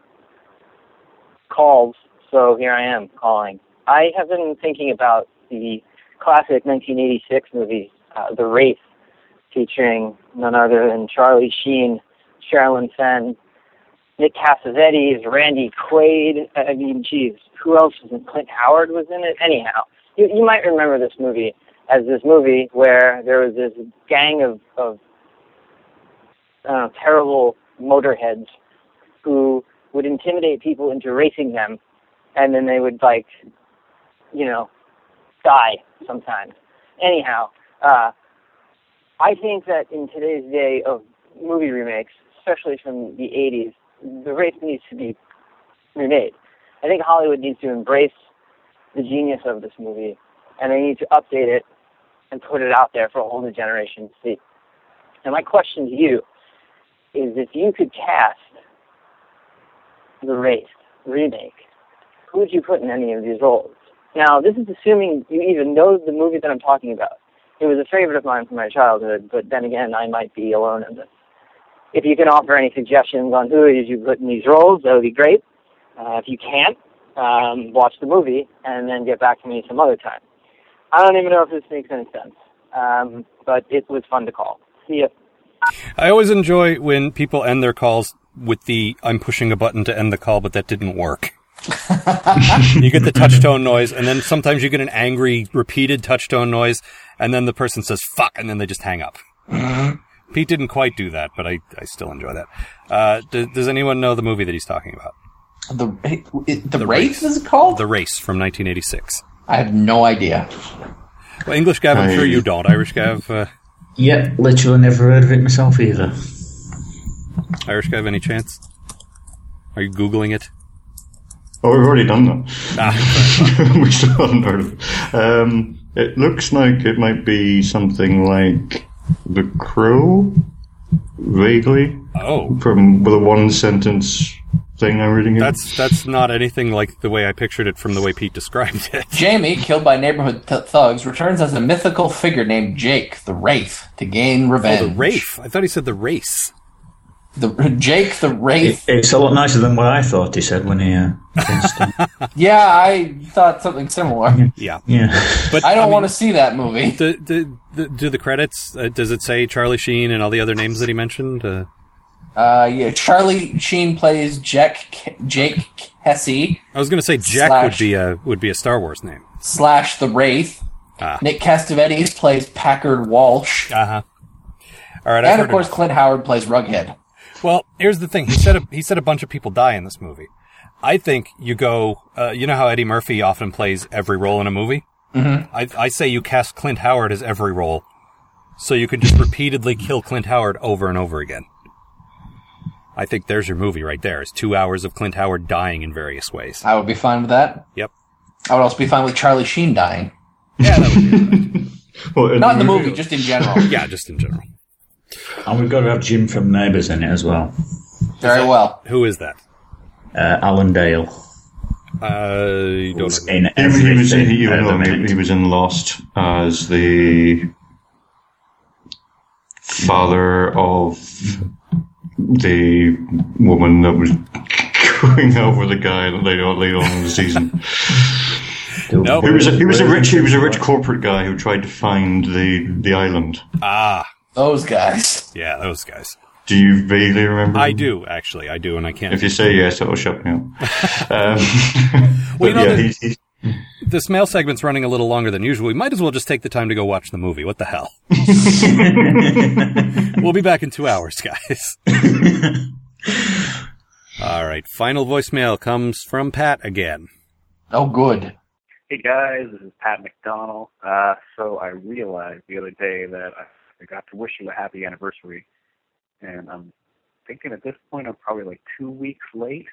Y: calls, so here I am calling. I have been thinking about the classic 1986 movie, uh, The Wraith, featuring none other than Charlie Sheen, Sherilyn Fenn, Nick Cassavetes, Randy Quaid. I mean, geez, who else was in? Clint Howard was in it. Anyhow, you, you might remember this movie as this movie where there was this gang of, of uh, terrible motorheads who would intimidate people into racing them, and then they would like, you know, die sometimes. Anyhow, uh, I think that in today's day of movie remakes, especially from the 80s, the race needs to be remade. I think Hollywood needs to embrace the genius of this movie, and they need to update it and put it out there for older generations to see. And my question to you is if you could cast the race remake, who would you put in any of these roles? Now, this is assuming you even know the movie that I'm talking about. It was a favorite of mine from my childhood, but then again, I might be alone in this. If you can offer any suggestions on who it is you put in these roles, that would be great. Uh, if you can't, um, watch the movie and then get back to me some other time. I don't even know if this makes any sense, um, but it was fun to call. See ya.
C: I always enjoy when people end their calls with the "I'm pushing a button to end the call, but that didn't work." you get the touchtone noise, and then sometimes you get an angry, repeated touchtone noise, and then the person says "fuck," and then they just hang up. Uh-huh. Pete didn't quite do that, but I, I still enjoy that. Uh, d- does anyone know the movie that he's talking about?
Q: The it, the, race, is it called?
C: The Race from 1986.
Q: I have no idea.
C: Well, English Gav, I'm sure you don't. Irish Gav, uh,
P: Yep, literally never heard of it myself either.
C: Irish Gav, any chance? Are you googling it?
N: Oh, we've already done that.
C: Ah.
N: we still haven't heard of it. Um, it looks like it might be something like The Crow, vaguely.
C: Oh.
N: From the one sentence thing I'm reading. It.
C: That's that's not anything like the way I pictured it from the way Pete described it.
Q: Jamie, killed by neighborhood th- thugs, returns as a mythical figure named Jake the Wraith to gain revenge.
C: Oh, the Wraith. I thought he said the race.
Q: The Jake the Wraith.
P: It, it's a lot nicer than what I thought he said when he. Uh,
Q: yeah, I thought something similar.
C: Yeah,
P: yeah.
Q: But I don't want to see that movie.
C: The, the, the, do the credits? Uh, does it say Charlie Sheen and all the other names that he mentioned? Uh,
Q: uh, yeah, Charlie Sheen plays Jack Jake Kessie.
C: I was going to say Jack slash, would be a would be a Star Wars name.
Q: Slash the Wraith. Ah. Nick Castavetes plays Packard Walsh.
C: Uh huh. All right,
Q: and of course Clint Howard plays Rughead.
C: Well, here's the thing. He said a, he said a bunch of people die in this movie. I think you go. Uh, you know how Eddie Murphy often plays every role in a movie.
Q: Mm-hmm.
C: I, I say you cast Clint Howard as every role, so you can just repeatedly kill Clint Howard over and over again. I think there's your movie right there. It's two hours of Clint Howard dying in various ways.
Q: I would be fine with that.
C: Yep.
Q: I would also be fine with Charlie Sheen dying.
C: Yeah, that would be
Q: well, Not in the movie, just in general.
C: yeah, just in general.
P: And we've got to have Jim from Neighbours in it as well.
Q: Very
C: that,
Q: well.
C: Who is that?
P: Uh, Alan Dale.
C: I Uh, don't
P: was in
N: he, he, was in, he, he was in Lost as the father of the woman that was going out with a guy later on, later on in the season.
C: no,
N: he was a, he was a rich he was a rich corporate guy who tried to find the the island.
C: Ah,
Q: those guys.
C: Yeah, those guys.
N: Do you vaguely remember?
C: I do actually. I do, and I can't.
N: If you say yes, it'll shut me up. um,
C: well, you know, yeah, this, he's, he's... this mail segment's running a little longer than usual. We might as well just take the time to go watch the movie. What the hell? we'll be back in two hours, guys. All right. Final voicemail comes from Pat again.
Q: Oh, good.
X: Hey, guys. This is Pat McDonald. Uh, so I realized the other day that I forgot to wish you a happy anniversary. And I'm thinking at this point I'm probably like two weeks late.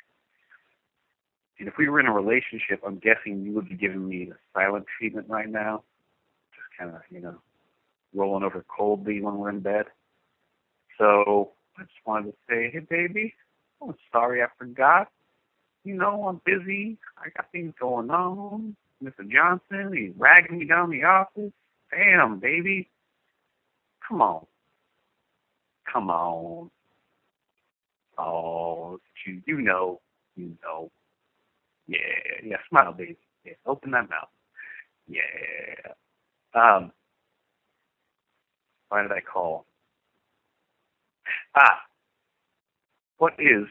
X: And if we were in a relationship, I'm guessing you would be giving me the silent treatment right now. Just kind of, you know, rolling over coldly when we're in bed. So I just wanted to say, hey, baby, I'm sorry I forgot. You know, I'm busy. I got things going on. Mr. Johnson, he's ragging me down the office. Damn, baby. Come on. Come on. Oh, you, you know, you know. Yeah, yeah, smile, baby. Yeah, open that mouth. Yeah. Um, why did I call? Ah, what is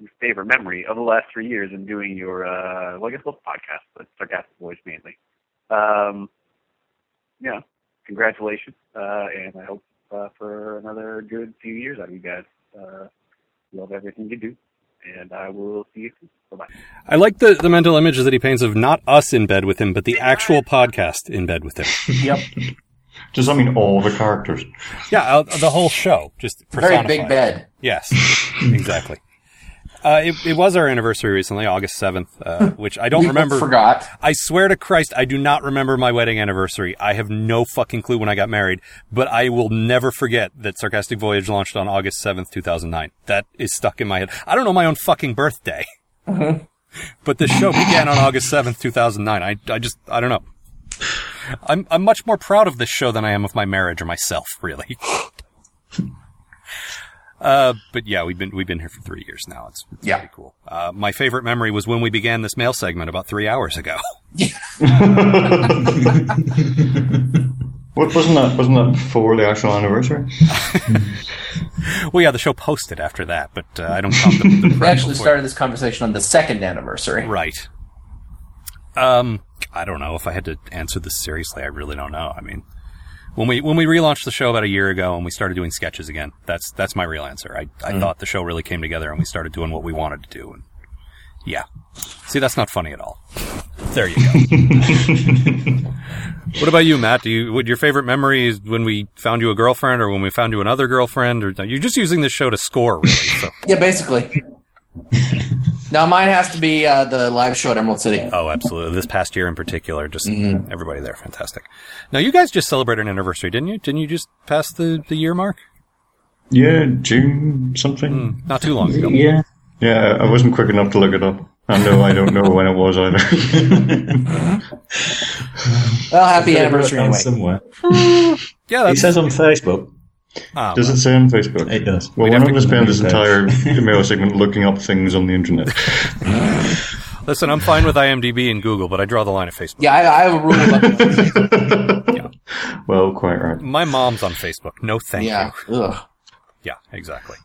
X: your favorite memory of the last three years in doing your, uh, well, I guess both podcasts, but sarcastic voice mainly? Um, yeah, congratulations, uh, and I hope uh, for another good few years out of you guys. Uh, love everything you do, and I will see you soon. Bye-bye.
C: I like the, the mental images that he paints of not us in bed with him, but the actual podcast in bed with him.
Q: Yep.
N: Does that mean all the characters?
C: Yeah, uh, the whole show just
Q: Very big
C: personified.
Q: bed.
C: Yes, exactly. Uh, it, it was our anniversary recently, August seventh, uh, which I don't
Q: We
C: remember.
Q: forgot.
C: I swear to Christ, I do not remember my wedding anniversary. I have no fucking clue when I got married, but I will never forget that Sarcastic Voyage launched on August seventh, two thousand nine. That is stuck in my head. I don't know my own fucking birthday, but the show began on August seventh, two thousand nine. I, I just, I don't know. I'm, I'm much more proud of this show than I am of my marriage or myself, really. Uh, but yeah, we've been we've been here for three years now. It's, it's
Q: Yeah.
C: pretty cool. Uh, my favorite memory was when we began this mail segment about three hours ago.
N: What wasn't that? Wasn't that before the actual anniversary?
C: well, yeah, the show posted after that, but uh, I don't count the, the
Q: We actually
C: for-
Q: started this conversation on the second anniversary.
C: Right. Um, I don't know if I had to answer this seriously. I really don't know. I mean, when we when we relaunched the show about a year ago and we started doing sketches again, that's that's my real answer. I I
N: Mm.
C: thought the show really came together and we started doing what we wanted to do. And yeah, see, that's not funny at all. There you go. what about you, Matt? Do you would your favorite memory is when we found you a girlfriend or when we found you another girlfriend or you're just using this show to score really? So
Q: Yeah, basically. now mine has to be uh, the live show at Emerald City. Mm-hmm.
C: Oh, absolutely. This past year in particular, just everybody there, fantastic. Now, you guys just celebrated an anniversary, didn't you? Didn't you just pass the, the year mark?
N: Yeah, June
P: Hmm.
N: something.
C: Not too long ago.
N: Yeah. Yeah, I wasn't quick enough to look it up. I know I don't know when it was either.
Q: Well, happy anniversary
P: down
Q: anyway.
P: somewhere.
C: yeah,
P: It says on Facebook.
N: Does it say on Facebook?
P: It does.
N: Well,
P: Ah, We'd
N: we're
P: have
N: not
P: to
N: going to spend
P: go
N: this
P: back.
N: entire email segment looking up things on the internet.
C: Listen, I'm fine with IMDb and Google, but I draw the line at Facebook.
Q: Yeah, I, I have a rule about
N: Well, quite right.
C: My mom's on Facebook. No thank
Q: Yeah.
C: you.
Q: Ugh.
C: Yeah, exactly.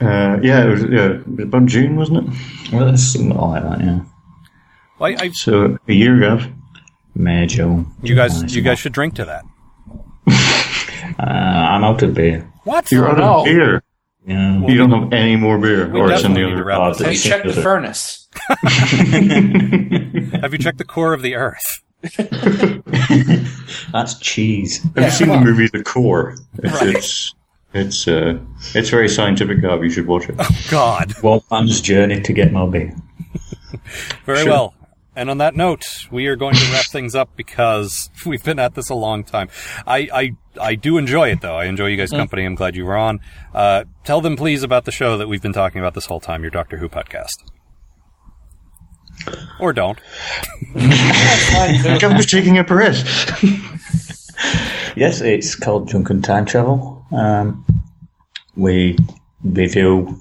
N: Uh, yeah, it was, yeah, it was about June, wasn't it?
P: Well, it's something like that, yeah.
C: Well, I, I,
N: So uh, a year ago.
P: May, June.
C: you guys, you guys should drink to that.
P: Uh, I'm out of beer.
C: What?
N: You're out
Q: No.
N: of beer.
P: Yeah.
N: you don't have any more beer,
C: We
N: or it's in
C: definitely
N: the
C: need to
N: other.
C: wrap this
P: Oh,
Q: Have you checked the furnace?
C: up. Have you checked the core of the earth?
P: That's cheese.
N: Have you seen the movie The Core? It's it's it's, uh, it's very scientific, Gab. You should watch it.
P: Oh,
C: God.
P: One man's journey to get more beer.
C: Very
N: Sure.
C: well. And on that note, we are going to wrap things up because we've been at this a long time. I, I, I do enjoy it though. I enjoy you guys'
P: Mm.
C: company. I'm glad you were on. Uh, tell them please about the show that we've been talking about this whole time, your Doctor Who podcast. Or don't.
N: Gab was taking a breath.
P: Yes, it's called Junk and Time Travel. Um, we review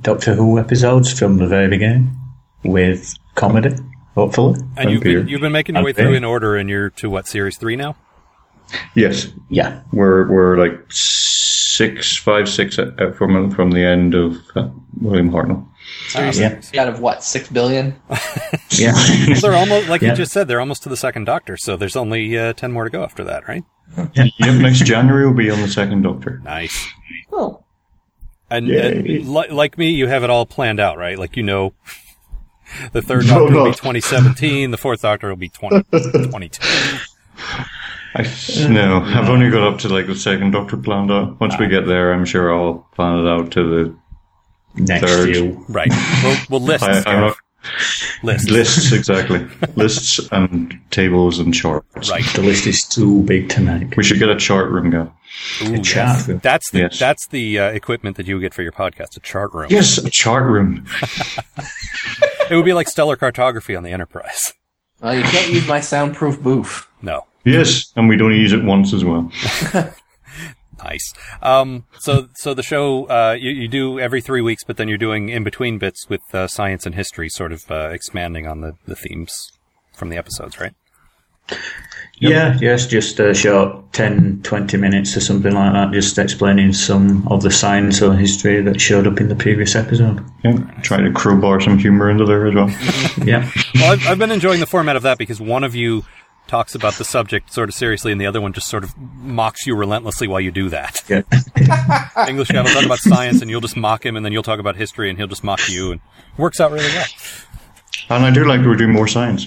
P: Doctor Who episodes from the very beginning with comedy, hopefully.
C: And you've
N: beer.
C: been, you've been making your
N: And
C: way through
N: beer.
C: in order and you're to what, series three now?
N: Yes.
P: Yeah.
N: We're we're like six, five, six uh, from from the end of uh, William Hartnell.
P: Yeah.
Q: Out of what, six billion?
P: Yeah.
C: Well, they're almost, like
P: Yeah.
C: you just said, they're almost to the second Doctor. So there's only uh, 10 more to go after that, right?
N: yep, next January will be on the second Doctor.
C: Nice.
Q: Oh.
C: And,
N: Yay.
C: and li- like me, you have it all planned out, right? Like you know, the third
N: No,
C: Doctor will be
N: no.
C: 2017, the fourth Doctor will be 20, 22.
N: I, no, I've
C: Ah.
N: only got up to like the second Doctor planned out. Once we get there, I'm sure I'll plan it out to the
P: Next
N: third.
P: you.
C: Right. Well, well lists.
N: I- I'm not-
C: lists.
N: Lists, exactly. lists and tables and charts.
C: Right.
P: The list is too big tonight.
N: We should get a chart room going.
C: Ooh, yes.
P: chart room.
C: That's the
N: Yes.
C: that's the uh, equipment that you would get for your podcast. A chart room.
N: Yes, a chart room.
C: It would be like stellar cartography on the Enterprise.
Q: Well, you can't use my soundproof booth.
C: No.
N: Yes, and we don't use it once as well.
C: Nice. Um, so, so the show uh, you, you do every three weeks, but then you're doing in between bits with uh, science and history, sort of uh, expanding on the, the themes from the episodes, right?
P: Yeah, yes, just a short 10, 20 minutes or something like that, just explaining some of the science or history that showed up in the previous episode.
N: Yeah, try to crowbar some humor into there as well.
P: yeah.
C: Well, I've, I've been enjoying the format of that because one of you talks about the subject sort of seriously, and the other one just sort of mocks you relentlessly while you do that.
P: Yeah.
C: English guy will talk about science, and you'll just mock him, and then you'll talk about history, and he'll just mock you, and works out really well.
N: And I do like we're doing more science.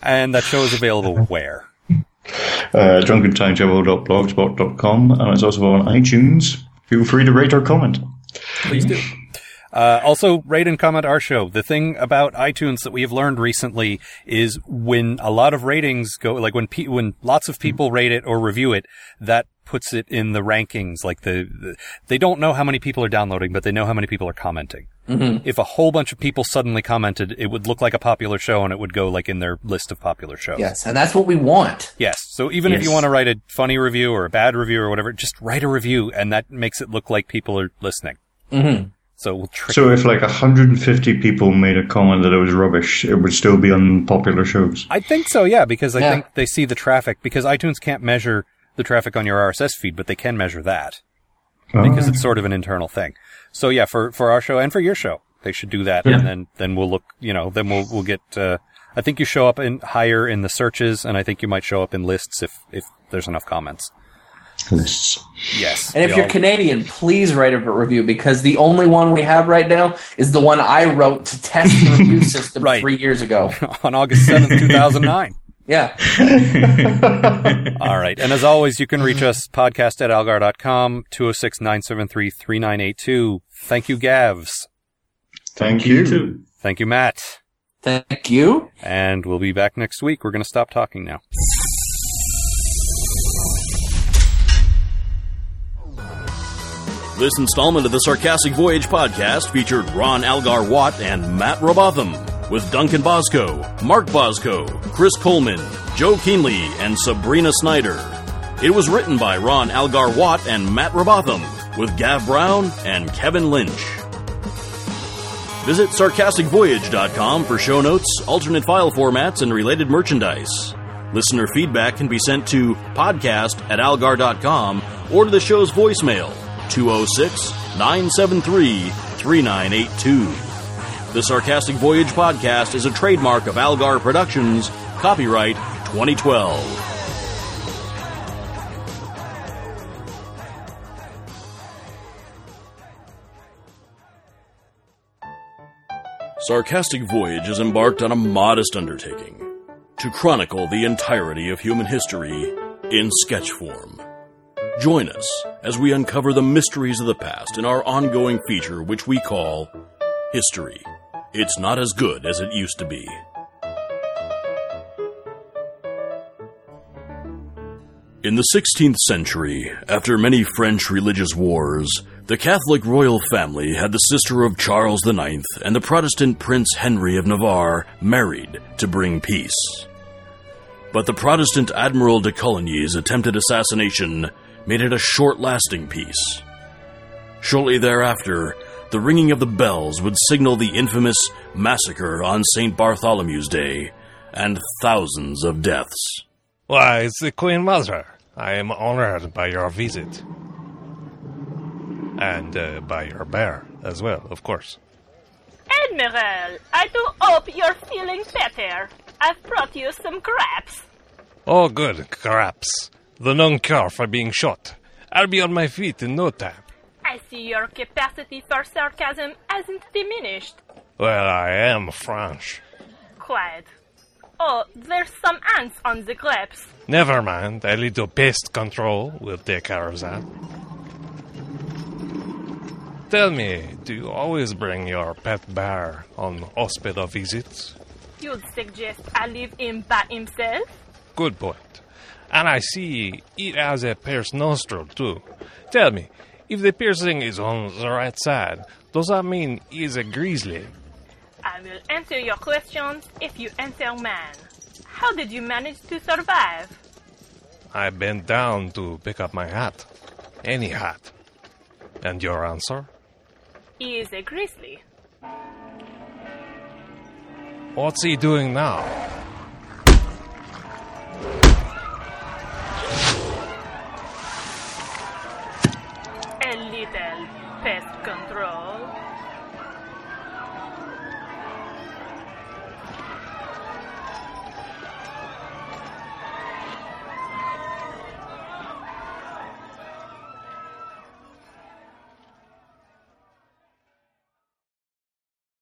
C: And that show is available where?
N: Uh, drunkentimejabble.blogspot.com, and it's also on iTunes. Feel free to rate or comment.
C: Please do. Uh, also, rate and comment our show. The thing about iTunes that we have learned recently is when a lot of ratings go, like when pe- when lots of people rate it or review it, that puts it in the rankings. Like the, the they don't know how many people are downloading, but they know how many people are commenting.
Q: Mhm.
C: If a whole bunch of people suddenly commented, it would look like a popular show, and it would go like in their list of popular shows.
Q: Yes, and that's what we want.
C: Yes. So even if
Q: Yes.
C: you want to write a funny review or a bad review or whatever, just write a review, and that makes it look like people are listening.
Q: Mhm.
C: So we'll trick.
N: Mm-hmm. So if like 150 people made a comment that it was rubbish, it would still be on popular shows.
C: I think so, yeah, because I
N: Yeah.
C: think they see the traffic because iTunes can't measure the traffic on your RSS feed, but they can measure that because
N: Oh.
C: it's sort of an internal thing. So yeah, for for our show and for your show, they should do that,
N: Yeah.
C: and then then we'll look, you know, then we'll we'll get. Uh, I think you show up in higher in the searches, and I think you might show up in lists if if there's enough comments.
N: Lists.
C: Yes.
Q: And if
C: we
Q: you're
C: all-
Q: Canadian, please write a review because the only one we have right now is the one I wrote to test the review system three years ago.
C: on August seventh, two thousand nine.
Q: Yeah.
C: All right. And as always, you can reach us podcast at algar.com, 206 973 3982. Thank you, Gavs.
N: Thank you. you.
C: Thank you, Matt.
Q: Thank you.
C: And we'll be back next week. We're going to stop talking now.
B: This installment of the Sarcastic Voyage podcast featured Ron Algar Watt and Matt Robotham, with Duncan Bosco, Mark Bosco, Chris Coleman, Joe Keenley, and Sabrina Snyder. It was written by Ron Algar Watt and Matt Robotham, with Gav Brown and Kevin Lynch. Visit sarcasticvoyage.com for show notes, alternate file formats, and related merchandise. Listener feedback can be sent to podcast at algar.com or to the show's voicemail 206 973 3982. The Sarcastic Voyage podcast is a trademark of Algar Productions, copyright 2012. Sarcastic Voyage has embarked on a modest undertaking to chronicle the entirety of human history in sketch form. Join us as we uncover the mysteries of the past in our ongoing feature, which we call History. It's not as good as it used to be. In the 16th century, after many French religious wars, the Catholic royal family had the sister of Charles IX and the Protestant Prince Henry of Navarre married to bring peace. But the Protestant Admiral de Coligny's attempted assassination made it a short lasting peace. Shortly thereafter, the ringing of the bells would signal the infamous massacre on St. Bartholomew's Day and thousands of deaths.
A: Why, it's the Queen Mother. I am honored by your visit. And uh, by your bear as well, of course.
Z: Admiral, I do hope you're feeling better. I've brought you some crabs.
A: Oh, good, craps. The non cure for being shot. I'll be on my feet in no time.
Z: I see your capacity for sarcasm hasn't diminished.
A: Well, I am French.
Z: Quiet. Oh, there's some ants on the crabs.
A: Never mind, a little pest control will take care of that.
F: Tell me, do you always bring your pet bear on hospital visits?
G: You'd suggest I leave him by himself?
F: Good point. And I see it has a pierced nostril too. Tell me, if the piercing is on the right side, does that mean he is a grizzly?
G: I will answer your questions if you answer mine. How did you manage to survive?
F: I bent down to pick up my hat. Any hat. And your answer?
G: He is a grizzly.
F: What's he doing now?